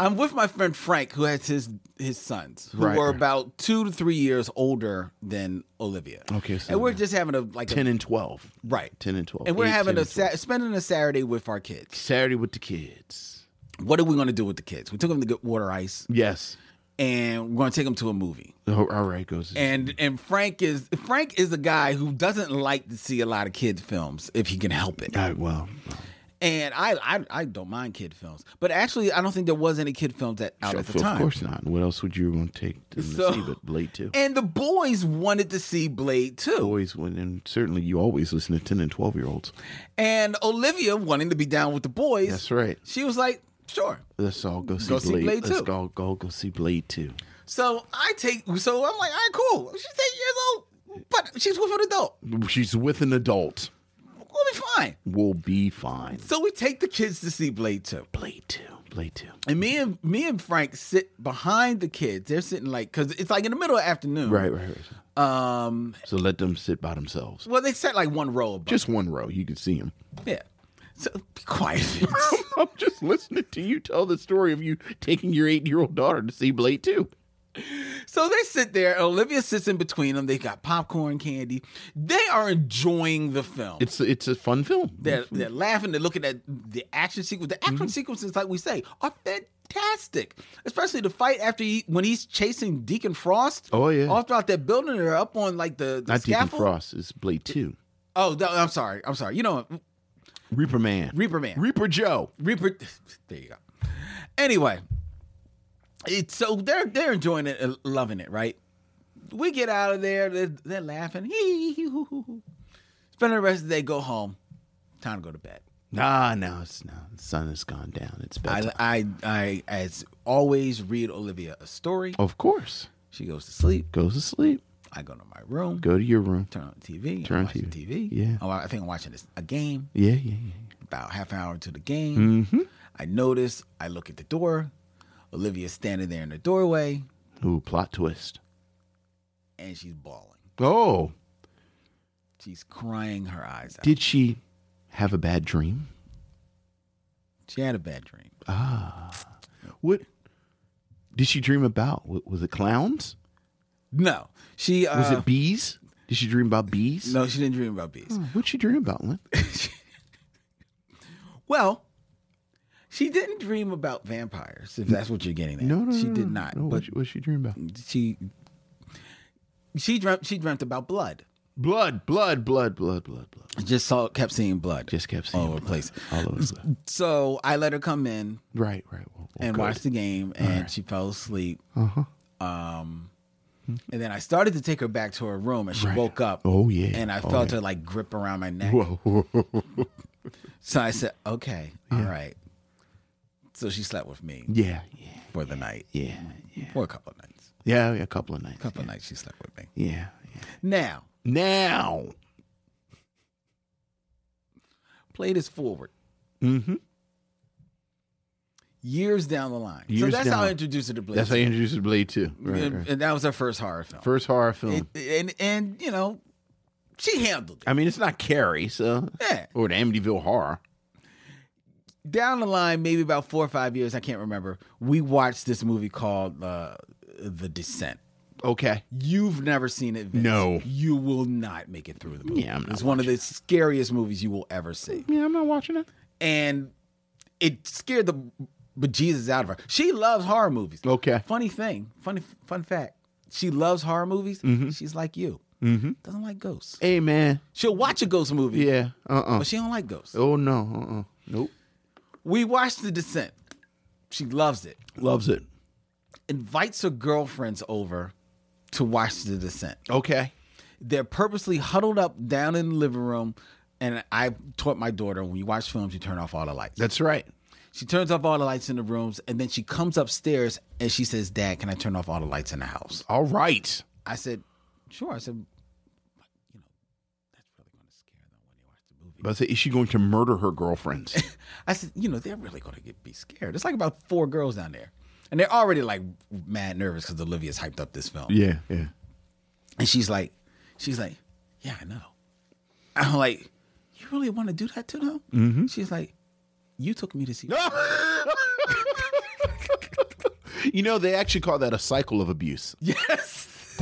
S2: I'm with my friend Frank, who has his his sons, who
S3: Right.
S2: are about two to three years older than Olivia.
S3: Okay, so
S2: and we're
S3: yeah.
S2: just having a like
S3: ten
S2: a,
S3: and twelve.
S2: right,
S3: Ten and twelve.
S2: and we're
S3: Eight,
S2: having
S3: 10,
S2: a
S3: and 12.
S2: sa- spending a Saturday with our kids.
S3: Saturday with the kids.
S2: What are we going to do with the kids? We took them to get water ice,
S3: Yes.
S2: and we're going to take them to a movie.
S3: Oh, all right, goes.
S2: And and Frank is Frank is a guy who doesn't like to see a lot of kids films if he can help it.
S3: all right, well,
S2: And I, I I don't mind kid films, but actually I don't think there was any kid films that out
S3: sure,
S2: at the
S3: of
S2: time.
S3: course not. What else would you want to take them to
S2: So-
S3: see but Blade two?
S2: And the boys wanted to see Blade too,
S3: Always when and certainly you always listen to ten and twelve year olds.
S2: and Olivia wanting to be down with the boys.
S3: That's right.
S2: She was like, "Sure."
S3: Let's all go see
S2: Go see
S3: Blade.
S2: Blade
S3: Let's
S2: 2.
S3: go go go see Blade two.
S2: So I take. So I'm like, "All right, cool." She's eight years old, but she's with an adult.
S3: She's with an adult.
S2: We'll be fine.
S3: We'll be fine.
S2: So we take the kids to see Blade too.
S3: Blade two. Blade two.
S2: And me and me and Frank sit behind the kids. They're sitting like because it's like in the middle of the afternoon.
S3: Right, right, right.
S2: Um.
S3: So let them sit by themselves.
S2: Well, they sat like one row above.
S3: Just one row. You can see them.
S2: yeah. So be quiet.
S3: I'm just listening to you tell the story of you taking your eight year old daughter to see Blade two.
S2: So they sit there. Olivia sits in between them. They got popcorn candy. They are enjoying the film.
S3: It's it's a fun film.
S2: they're, they're laughing. They're looking at the action sequence. The
S3: Mm-hmm.
S2: action sequences, like we say, are fantastic. Especially the fight after he, when he's chasing Deacon Frost.
S3: Oh, yeah.
S2: all throughout that building. They're up on like the, the
S3: Not Deacon
S2: scaffold.
S3: Frost. It's Blade two.
S2: Oh, no, I'm sorry. I'm sorry. You know,
S3: Reaper Man.
S2: Reaper Man.
S3: Reaper Joe.
S2: Reaper. There you go. Anyway, it's so they're they're enjoying it, and loving it, right? We get out of there, they're, they're laughing, hee hee hee hoo hoo hoo. Spend the rest of the day, go home. Time to go to bed.
S3: Nah, no, it's no. The sun has gone down. It's
S2: I,
S3: bedtime.
S2: I I as always read Olivia a story.
S3: of course.
S2: She goes to sleep.
S3: Goes to sleep.
S2: I go to my room.
S3: Go to your room.
S2: Turn on the TV.
S3: Turn
S2: I'm
S3: on
S2: watching
S3: TV.
S2: TV.
S3: Yeah.
S2: Oh, I think I'm watching this, a game.
S3: Yeah, yeah, yeah.
S2: About half an hour to the game.
S3: Mm-hmm.
S2: I notice. I look at the door. Olivia's standing there in the doorway.
S3: Ooh, plot twist.
S2: and she's bawling.
S3: Oh,
S2: She's crying her eyes out.
S3: did she have a bad dream?
S2: she had a bad dream.
S3: What did she dream about? Wa- Was it clowns?
S2: No, she uh,
S3: Was it Hmm. bees? Did she dream about bees?
S2: no, she didn't dream about bees.
S3: What'd she dream about, Lynn?
S2: Well, She didn't dream about vampires, if that's what you're getting at.
S3: No, no,
S2: she
S3: no,
S2: did
S3: no.
S2: not.
S3: No,
S2: but
S3: what, she, what she dreamed about?
S2: she she dreamt she dreamt about blood.
S3: Blood, blood, blood, blood, blood, blood.
S2: Just saw kept seeing blood.
S3: Just kept seeing
S2: all over the
S3: blood.
S2: place.
S3: All over the place.
S2: So I let her come in
S3: Right, right. Well, well,
S2: and
S3: good. Uh-huh.
S2: watch the game, and she fell asleep. Uh huh. Um, and then I started to take her back to her room, and she woke up.
S3: Hmm. Oh, yeah.
S2: And I
S3: Oh,
S2: felt
S3: yeah.
S2: her like grip around my neck.
S3: Whoa.
S2: So I said, "Okay, all right." So she slept with me
S3: yeah, yeah,
S2: for the night,
S3: yeah, yeah.
S2: for a couple of nights.
S3: Yeah, yeah, a couple of nights.
S2: A couple of nights she slept with me.
S3: Yeah. yeah.
S2: Now
S3: Now.
S2: play this forward.
S3: Mm-hmm.
S2: years down the line. so
S3: Years
S2: that's
S3: down.
S2: how I introduced her to Blade.
S3: That's how you uh, introduced Blade too. Right,
S2: and,
S3: right.
S2: and that was her first horror film.
S3: First horror film.
S2: It- and and you know, she handled it.
S3: I mean, it's not Carrie, so
S2: Yeah.
S3: or the Amityville Horror.
S2: Down the line, maybe about four or five years, I can't remember. We watched this movie called uh, The Descent.
S3: Okay.
S2: You've never seen it. Vince.
S3: No.
S2: you will not make it through the movie.
S3: Yeah, I'm not
S2: it's one of the scariest movies you will ever see,
S3: Yeah, I'm not watching it.
S2: and it scared the bejesus out of her. She loves horror movies.
S3: Okay.
S2: Funny thing, funny fun fact. She loves horror movies.
S3: Mm-hmm.
S2: She's like you. Doesn't like ghosts.
S3: Hey, man.
S2: She'll watch a ghost movie.
S3: Mm-hmm. Yeah. Uh. uh
S2: But she don't like ghosts.
S3: Oh no. Uh. uh Nope.
S2: We watched The Descent. She loves it.
S3: Loves it.
S2: Invites her girlfriends over to watch The Descent.
S3: Okay.
S2: They're purposely huddled up down in the living room. And I taught my daughter when you watch films, you turn off all the lights.
S3: That's right.
S2: She turns off all the lights in the rooms, and then she comes upstairs and she says, "Dad, can I turn off all the lights in the house?"
S3: All right.
S2: I said, sure. I said, "But, you know, that's really going to scare them when they watch the movie.
S3: But I said, is she going to murder her girlfriends?
S2: I said, you know, they're really going to get be scared. It's like about four girls down there, and they're already like mad nervous because Olivia's hyped up this film,
S3: yeah. Yeah.
S2: and she's like, she's like, yeah, I know. I'm like, you really want to do that to them? Mm-hmm. She's like, you took me to see.
S3: You know, they actually call that a cycle of abuse.
S2: Yes.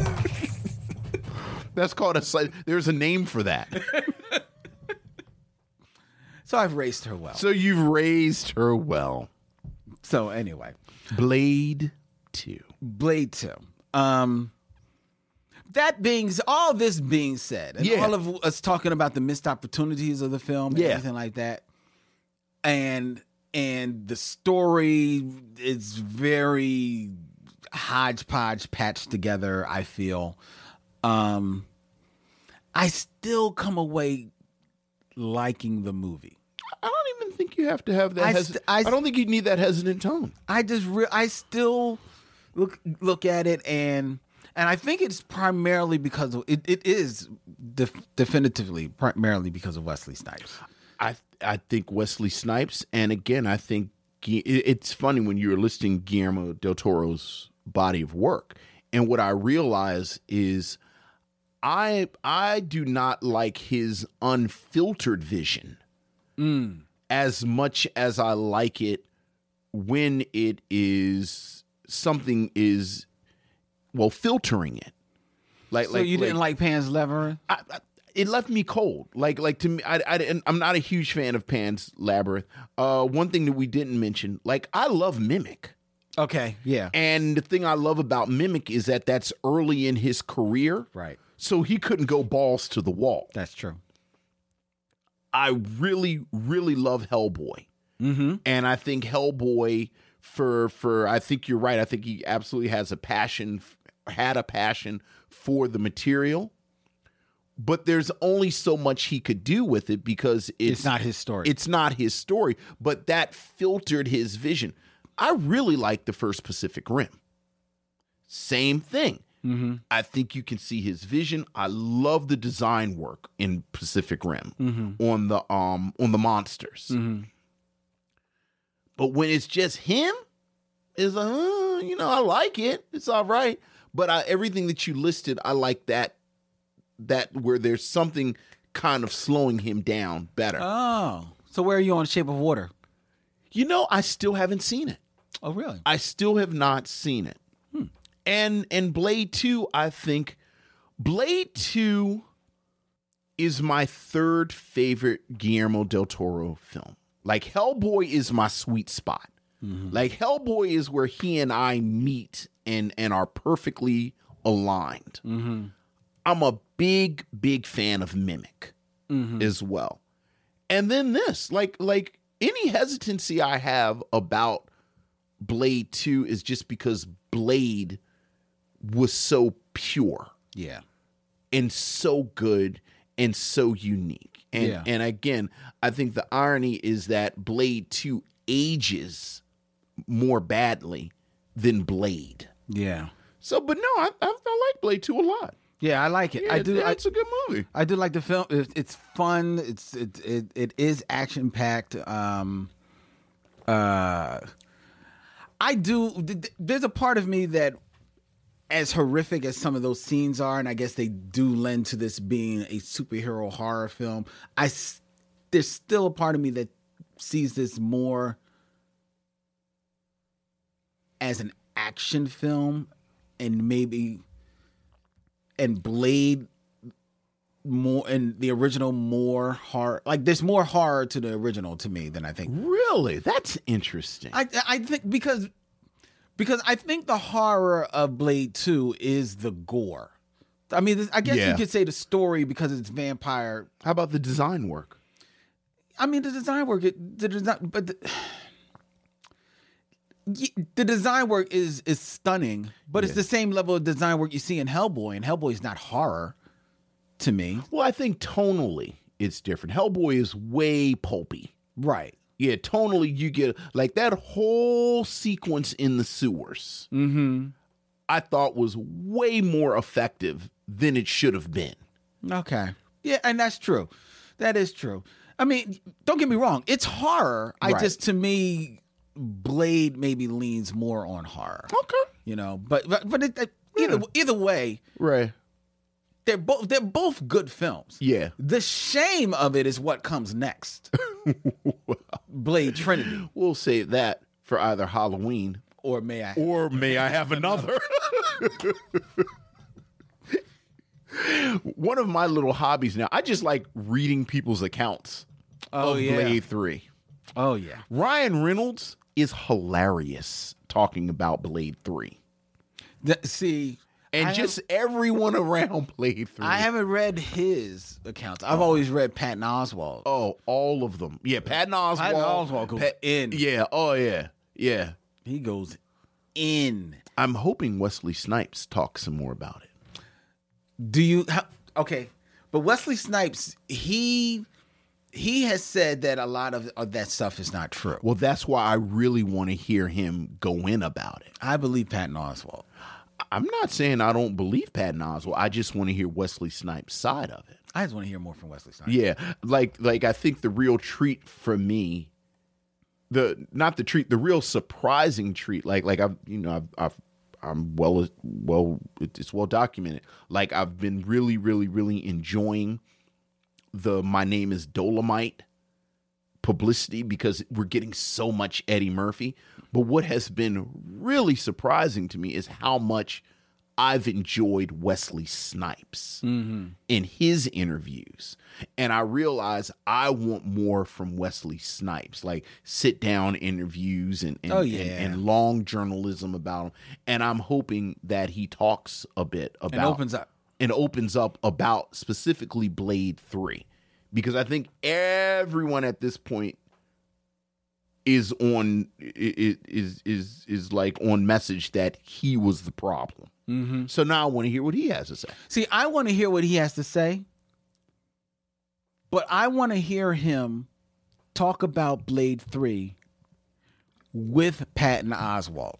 S3: That's called a cycle. There's a name for that.
S2: So I've raised her well. So,
S3: so you've raised her well.
S2: anyway,
S3: Blade 2.
S2: Blade Two. Um. That being all this being said, and
S3: Yeah.
S2: all of us talking about the missed opportunities of the film, and
S3: Yeah.
S2: everything like that, and and the story is very hodgepodge patched together. I feel, um, I still come away liking the movie.
S3: I don't even think you have to have that.
S2: I
S3: hesi-
S2: st- I
S3: I don't think you need that hesitant tone.
S2: I just re- I still look look at it and and I think it's primarily because of, it it is def- definitively primarily because of Wesley Snipes.
S3: I I think Wesley Snipes, and again, I think Gu- it- it's funny when you're listing Guillermo del Toro's body of work, and what I realize is, I I do not like his unfiltered vision
S2: Mm.
S3: as much as I like it when it is something is well filtering it. Like
S2: so you didn't like Pan's Labyrinth?
S3: I, I, it left me cold. Like like to me, I, I didn't- I'm not a huge fan of Pan's Labyrinth. Uh, one thing that we didn't mention, like I love Mimic,
S2: Okay, yeah,
S3: and the thing I love about Mimic is that that's early in his career,
S2: right.
S3: so he couldn't go balls to the wall.
S2: That's true.
S3: I really really love Hellboy,
S2: Mm-hmm.
S3: and I think Hellboy for for I think you're right. I think he absolutely has a passion, had a passion for the material. But there's only so much he could do with it because
S2: It's,
S3: it's,
S2: not his story.
S3: It's not his story, but that filtered his vision. I really like the first Pacific Rim. Same thing. I think you can see his vision. I love the design work in Pacific Rim on the um on the monsters. But when it's just him, it's like, uh, you know, I like it. It's all right. But I, everything that you listed, I like that that where there's something kind of slowing him down better.
S2: oh, so where are you on Shape of Water?
S3: You know, I still haven't seen it.
S2: Oh, really?
S3: I still have not seen it. And and Blade 2, I think Blade 2 is my third favorite Guillermo del Toro film. Like Hellboy is my sweet spot. Like Hellboy is where he and I meet and and are perfectly aligned.
S2: Mm-hmm.
S3: I'm a big big fan of Mimic
S2: Mm-hmm.
S3: as well. And then this, like like any hesitancy I have about Blade 2 is just because Blade was so pure
S2: Yeah.
S3: and so good and so unique. And
S2: Yeah.
S3: and again, I think the irony is that Blade 2 ages more badly than Blade.
S2: Yeah.
S3: So, but no, I, I, I like Blade 2 a lot.
S2: Yeah, I like it.
S3: Yeah,
S2: I do. I,
S3: It's a good movie.
S2: I do like the film. It, it's fun. It's it it, it is action packed. Um, uh, I do. th- th- There's a part of me that, as horrific as some of those scenes are, and I guess they do lend to this being a superhero horror film. I s- there's still a part of me that sees this more as an action film, and maybe and Blade more and the original more horror like there's more horror to the original to me than i think
S3: Really? That's interesting.
S2: i i think because because i think the horror of blade 2 is the gore i mean this- i guess
S3: Yeah.
S2: you could say the story because it's vampire
S3: How about the design work?
S2: i mean the design work it- the design but the, Y- the design work is is stunning but it's the same level of design work you see in hellboy and hellboy's not horror to me
S3: Well, I think tonally it's different. Hellboy is way pulpy.
S2: right
S3: Yeah, tonally you get like that whole sequence in the sewers. Mm-hmm. I thought was way more effective than it should have been.
S2: Okay. Yeah, and that's true. That is true. I mean, don't get me wrong. It's horror. I
S3: Right.
S2: just to me, Blade maybe leans more on horror.
S3: Okay,
S2: You know, but but, but it, it- either either way,
S3: right?
S2: they're both they're both good films.
S3: Yeah.
S2: The shame of it is what comes next. Blade Trinity,
S3: We'll save that for either Halloween
S2: or may I?
S3: or may I have another? One of my little hobbies now, I just like reading people's accounts
S2: Oh,
S3: of
S2: yeah.
S3: Blade 3.
S2: oh yeah.
S3: Ryan Reynolds is hilarious talking about Blade 3.
S2: Th- see,
S3: And
S2: I
S3: just everyone around Blade 3.
S2: I haven't read his accounts. I've always read Patton Oswald.
S3: Oh, all of them. Yeah, Patton
S2: Uh,
S3: Oswalt.
S2: Patton Oswalt goes in.
S3: Yeah, oh yeah. Yeah.
S2: He goes in.
S3: I'm hoping Wesley Snipes talks some more about it.
S2: Do you how, okay? But Wesley Snipes, he he has said that a lot of, of that stuff is not true.
S3: Well, that's why I really want to hear him go in about it.
S2: I believe Patton Oswald.
S3: I'm not saying I don't believe Patton Oswalt. I just want to hear Wesley Snipes' side of it.
S2: I just want to hear more from Wesley Snipes.
S3: Yeah, like like I think the real treat for me, the not the treat, the real surprising treat. Like like I've you know I've, I've I'm well well it's well documented. Like I've been really really really enjoying the my name is Dolomite publicity because we're getting so much Eddie Murphy. But what has been really surprising to me is how much I've enjoyed Wesley Snipes
S2: Mm-hmm.
S3: in his interviews. And I realize I want more from Wesley Snipes, like sit down interviews and, and,
S2: Oh,
S3: and-
S2: yeah.
S3: and, long journalism about him. And I'm hoping that he talks a bit about
S2: and opens up.
S3: and opens up about specifically Blade 3 because I think everyone at this point is on i- i- is is is like on message that he was the problem. So now I want to hear what he has to say.
S2: See, I want to hear what he has to say, but I want to hear him talk about Blade Three with Patton Oswald.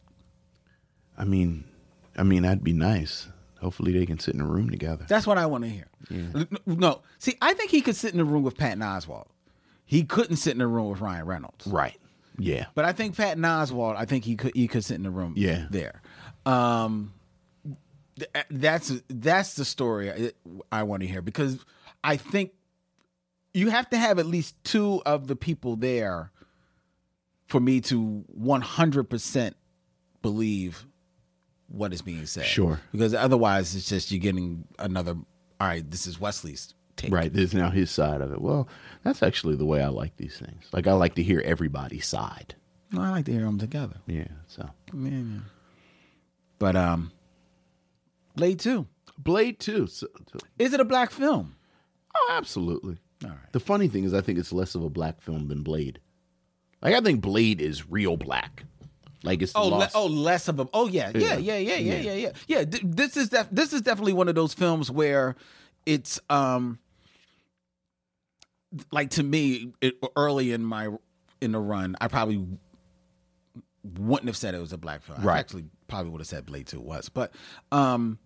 S3: I mean, I mean that'd be nice. Hopefully they can sit in a room together.
S2: That's what I want to hear. N- No, see, I think he could sit in the room with Patton Oswald. He couldn't sit in the room with Ryan Reynolds.
S3: Right. Yeah.
S2: But I think Patton Oswald, I think he could he could sit in the room
S3: Yeah.
S2: there. Um th- that's that's the story I, I want to hear because I think you have to have at least two of the people there for me to 100% believe what is being said.
S3: Sure.
S2: Because otherwise it's just you're getting another all right, this is Wesley's
S8: take.
S3: Right. There's now his side of it. Well, that's actually the way I like these things. Like I like to hear everybody's side.
S2: No, I like to hear them together.
S3: Yeah. So
S2: But um, Blade Two
S3: Blade Two. So, so-
S2: is it a black film?
S3: oh, absolutely.
S2: All right.
S3: The funny thing is, I think it's less of a black film than Blade. Like I think Blade is real black. Like it's
S2: Oh, le-
S3: lost.
S2: oh, less of a. Oh, yeah, yeah, yeah,
S3: Yeah.
S2: yeah, yeah, yeah,
S3: Yeah.
S2: yeah. Yeah, th- this is def- this is definitely one of those films where it's um, like to me it, early in my in the run, I probably wouldn't have said it was a black film. I
S3: Right.
S2: actually probably would have said Blade Two was, but um,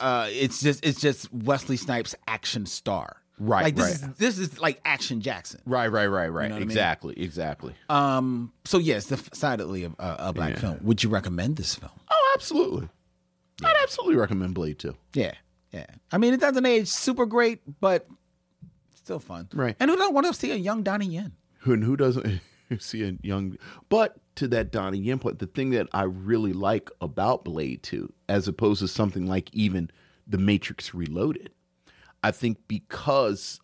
S2: uh, it's just it's just Wesley Snipes action star.
S3: Right,
S2: Like this
S3: right.
S2: is this is like action Jackson.
S3: Right, right, right, right.
S2: know what I mean?
S3: exactly, exactly.
S2: Um, so yes, decidedly a, a, a black
S3: Yeah.
S2: film. Would you recommend this film?
S3: oh, absolutely. I'd absolutely recommend Blade Two.
S2: Yeah, yeah. I mean, it doesn't age super great, but still fun.
S3: Right.
S2: And who don't want to see a young Donnie Yen?
S3: Who and who doesn't see a young? But to that Donnie Yen point, the thing that I really like about Blade Two, as opposed to something like even The Matrix Reloaded, I think because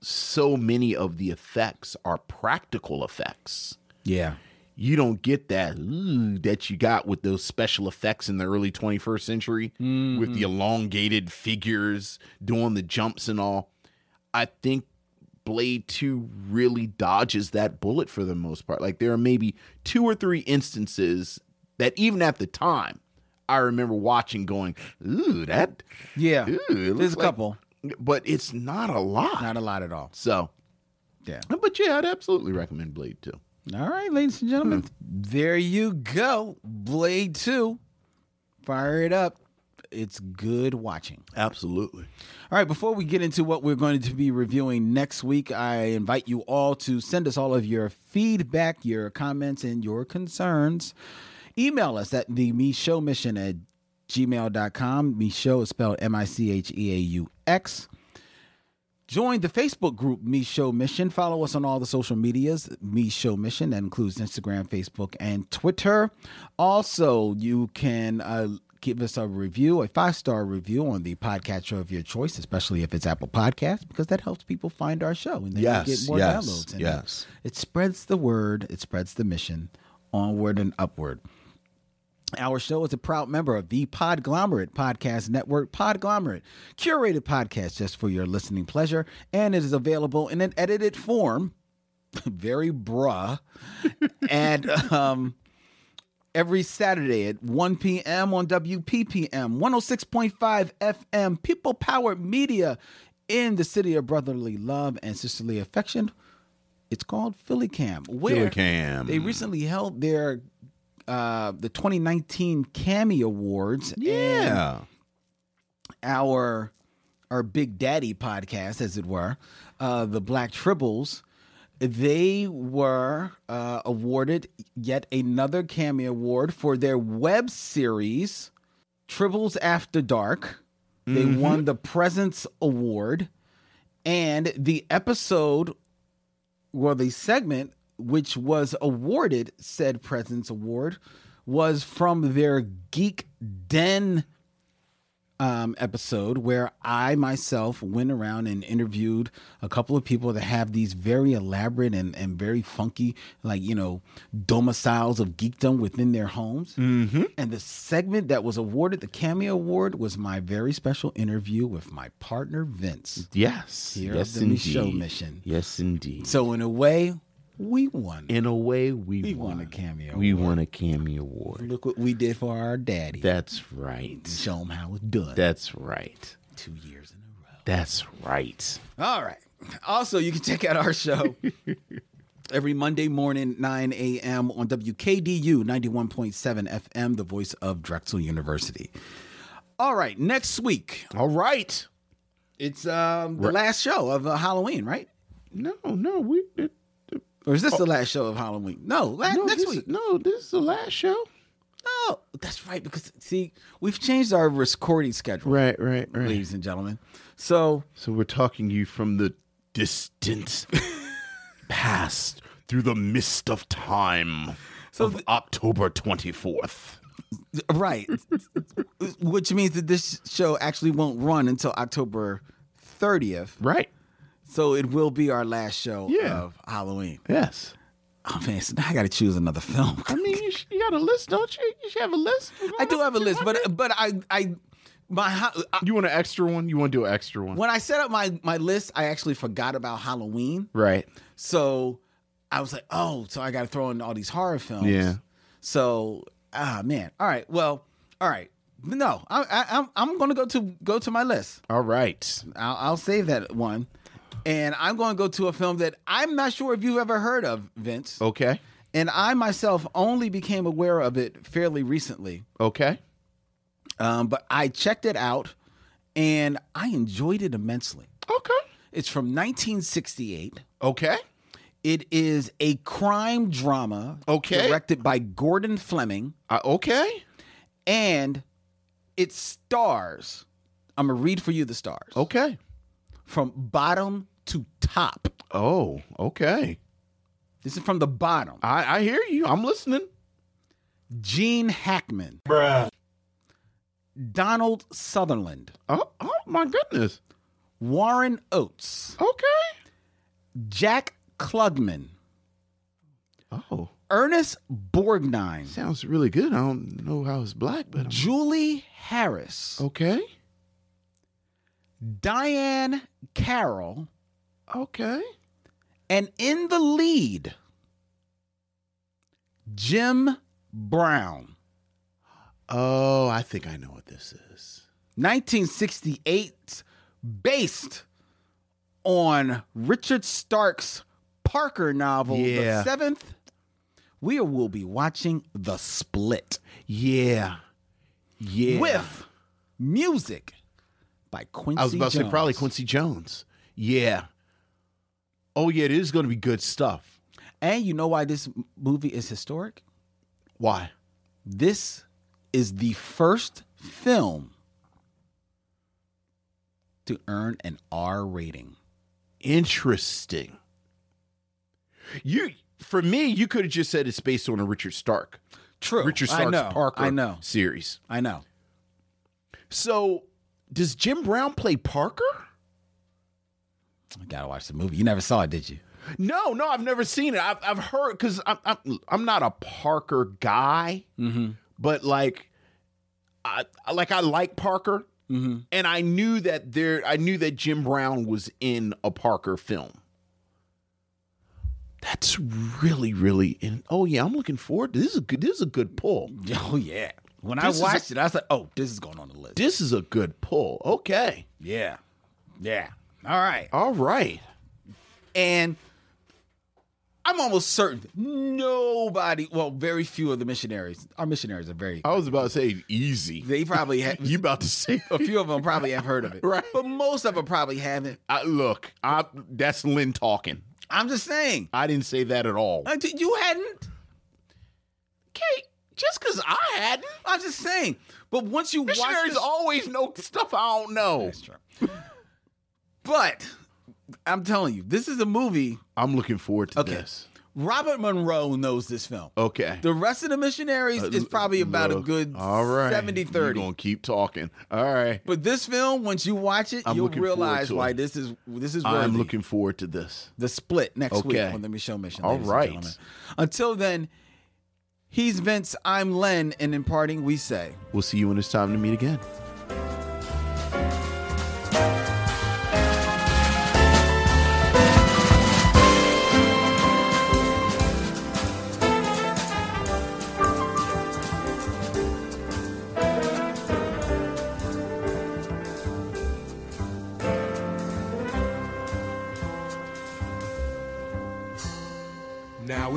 S3: so many of the effects are practical effects.
S2: Yeah.
S3: you don't get that "Ooh," that you got with those special effects in the early 21st century
S2: Mm-hmm.
S3: with the elongated figures doing the jumps and all. I think Blade 2 really dodges that bullet for the most part. Like there are maybe two or three instances that even at the time I remember watching going, "Ooh, that."
S2: Yeah.
S3: Ooh, it looks
S2: There's a
S3: like-
S2: couple.
S3: But it's not a lot.
S2: Not a lot at all.
S3: so,
S2: Yeah.
S3: but yeah, I'd absolutely recommend Blade 2.
S2: All right, ladies and gentlemen,
S3: Hmm.
S2: there you go. Blade 2. Fire it up. It's good watching.
S3: Absolutely.
S2: All right, before we get into what we're going to be reviewing next week, I invite you all to send us all of your feedback, your comments, and your concerns. Email us at the Me Show Mission at gmail.com. Me Show is spelled M I C H E A U X. Join the Facebook group Me Show Mission. Follow us on all the social medias, Me Show Mission. That includes Instagram, Facebook, and Twitter. Also, you can uh, give us a review, a five star review on the podcatcher of your choice, especially if it's Apple Podcasts, because that helps people find our show and then
S3: Yes,
S2: you get more
S3: yes,
S2: downloads. And
S3: yes.
S2: It spreads the word, it spreads the mission onward and upward. Our show is a proud member of the Podglomerate Podcast Network, Podglomerate, curated podcast just for your listening pleasure, and it is available in an edited form, very bruh, and um, every Saturday at 1 p.m. on WPPM, 106.5 FM, people powered media in the city of brotherly love and sisterly affection. It's called Philly Cam. Where
S3: Philly Cam.
S2: They recently held their uh, the 2019 Cammy Awards. and
S3: Yeah.
S2: our our Big Daddy podcast, as it were, uh, the Black Tribbles, they were uh, awarded yet another Cammy Award for their web series, Tribbles After Dark. They won the Presence Award, and the episode, well, the segment which was awarded said Presence Award was from their Geek Den um, episode where I myself went around and interviewed a couple of people that have these very elaborate and, and very funky, like, you know, domiciles of geekdom within their homes. Mm-hmm. And the segment that was awarded the Cameo Award was my very special interview with my partner, Vince.
S3: Yes.
S2: Here
S3: yes,
S2: of the Michaud
S3: indeed.
S2: mission.
S3: Yes, indeed.
S2: So, in a way, we won.
S3: in a way, we,
S2: We
S3: won.
S2: won a cameo
S3: We won a cameo award.
S2: Look what we did for our daddy.
S3: That's right.
S2: Show him how it's done.
S3: That's right.
S2: Two years in a row.
S3: That's right.
S2: All right. Also, you can check out our show every Monday morning, 9 a.m. on WKDU 91.7 FM, the voice of Drexel University. All right. Next week,
S3: All right.
S2: it's um, the last show of uh, Halloween, right?
S3: No, no, we. It,
S2: Or is this the last show of Halloween? No, last,
S3: Oh. no,
S2: next
S3: this,
S2: week.
S3: No, this is the last show.
S2: No, that's right. Because, see, we've changed our recording schedule,
S3: Right, right, right.
S2: ladies and gentlemen. So,
S3: So we're talking to you from the distant past through the mist of time
S2: So
S3: of
S2: th-
S3: October 24th.
S2: Right. Which means that this show actually won't run until October 30th.
S3: Right.
S2: So it will be our last show
S3: Yeah.
S2: of Halloween.
S3: Yes.
S2: Oh man, so now I gotta choose another film.
S3: I mean, you, sh- you got a list, don't you? You should have a list.
S2: I do have a list, but but I I my ho- I,
S3: You want an extra one? You want to do an extra one?
S2: when I set up my my list, I actually forgot about Halloween.
S3: Right.
S2: So I was like, oh, so I got to throw in all these horror films.
S3: Yeah.
S2: So ah man. All right. Well. All right. No, I, I, I'm I'm gonna go to go to my list.
S3: All right.
S2: I'll, I'll save that one, and I'm gonna go to a film that I'm not sure if you've ever heard of, Vince.
S3: Okay.
S2: And I myself only became aware of it fairly recently.
S3: Okay.
S2: Um, but I checked it out, and I enjoyed it immensely.
S3: Okay.
S2: It's from 1968.
S3: Okay.
S2: It is a crime drama
S3: Okay.
S2: directed by Gordon Fleming,
S3: Uh, okay.
S2: and it stars. I'm gonna read for you the stars
S3: Okay.
S2: from bottom to top.
S3: Oh, okay.
S2: This is from the bottom.
S3: I, I hear you. I'm listening.
S2: Gene Hackman, Donald Sutherland,
S3: Oh, oh my goodness.
S2: Warren Oates,
S3: Okay.
S2: Jack Klugman,
S3: Oh,
S2: Ernest Borgnine,
S3: sounds really good. I don't know how it's black, but I'm-
S2: Julie Harris,
S3: okay.
S2: Diane Carroll,
S3: Okay.
S2: and in the lead, Jim Brown.
S3: Oh, I think I know what this is.
S2: 1968, based on Richard Stark's Parker novel,
S3: Yeah.
S2: The Seventh. We will be watching The Split
S3: Yeah. Yeah.
S2: with music by Quincy.
S3: I was about to say
S2: Jones.
S3: probably Quincy Jones. Yeah. Oh yeah, it is going to be good stuff.
S2: And you know why this m- movie is historic?
S3: Why?
S2: This is the first film to earn an R rating.
S3: Interesting. You for me, you could have just said it's based on a Richard Stark,
S2: True.
S3: Richard
S2: I
S3: Stark's
S2: know,
S3: Parker
S2: I know.
S3: series.
S2: I know.
S3: So, does Jim Brown play Parker?
S2: I gotta watch the movie. You never saw it, did you?
S3: No, no, I've never seen it. I've, I've heard because I'm, I'm I'm not a Parker guy, but like, I I- like I like Parker, and I knew that there I knew that Jim Brown was in a Parker film. That's really really in. Oh yeah, I'm looking forward. To, this is a good. This is a good pull.
S2: Oh yeah. When
S3: This
S2: I
S3: is
S2: watched it, I was like, "Oh, this is going on the list."
S3: This is a good pull. Okay,
S2: yeah, yeah. All right.
S3: all right.
S2: And I'm almost certain nobody, well, very few of the missionaries. Our missionaries are very.
S3: I was about to say easy.
S2: They probably have.
S3: you about to say
S2: a few of them probably have heard of it,
S3: Right.
S2: But most of them probably haven't.
S3: I, look, I that's Lynn talking.
S2: I'm just saying.
S3: I didn't say that at all.
S2: Uh, did- You hadn't.
S3: Kate, just because I hadn't,
S2: I'm just saying. But once you watch
S3: missionaries
S2: this-
S3: always know stuff I don't know.
S2: but I'm telling you, this is a movie.
S3: I'm looking forward to
S2: Okay.
S3: this.
S2: Robert Monroe knows this film.
S3: Okay. Uh,
S2: The rest of the missionaries is probably about a
S3: Look,
S2: good
S3: all right.
S2: 70 30.
S3: You're gonna keep talking. All right.
S2: But this film, once you watch it,
S3: I'm
S2: you'll
S3: looking forward
S2: realize
S3: to
S2: why
S3: it.
S2: this is this is worthy.
S3: I'm looking forward to this.
S2: the split next
S3: Okay.
S2: week on the Michelle Mission.
S3: All
S2: ladies and
S3: right.
S2: gentlemen. Until then, he's Vince, I'm Len, and in parting we say.
S3: We'll see you when it's time to meet again.
S9: Now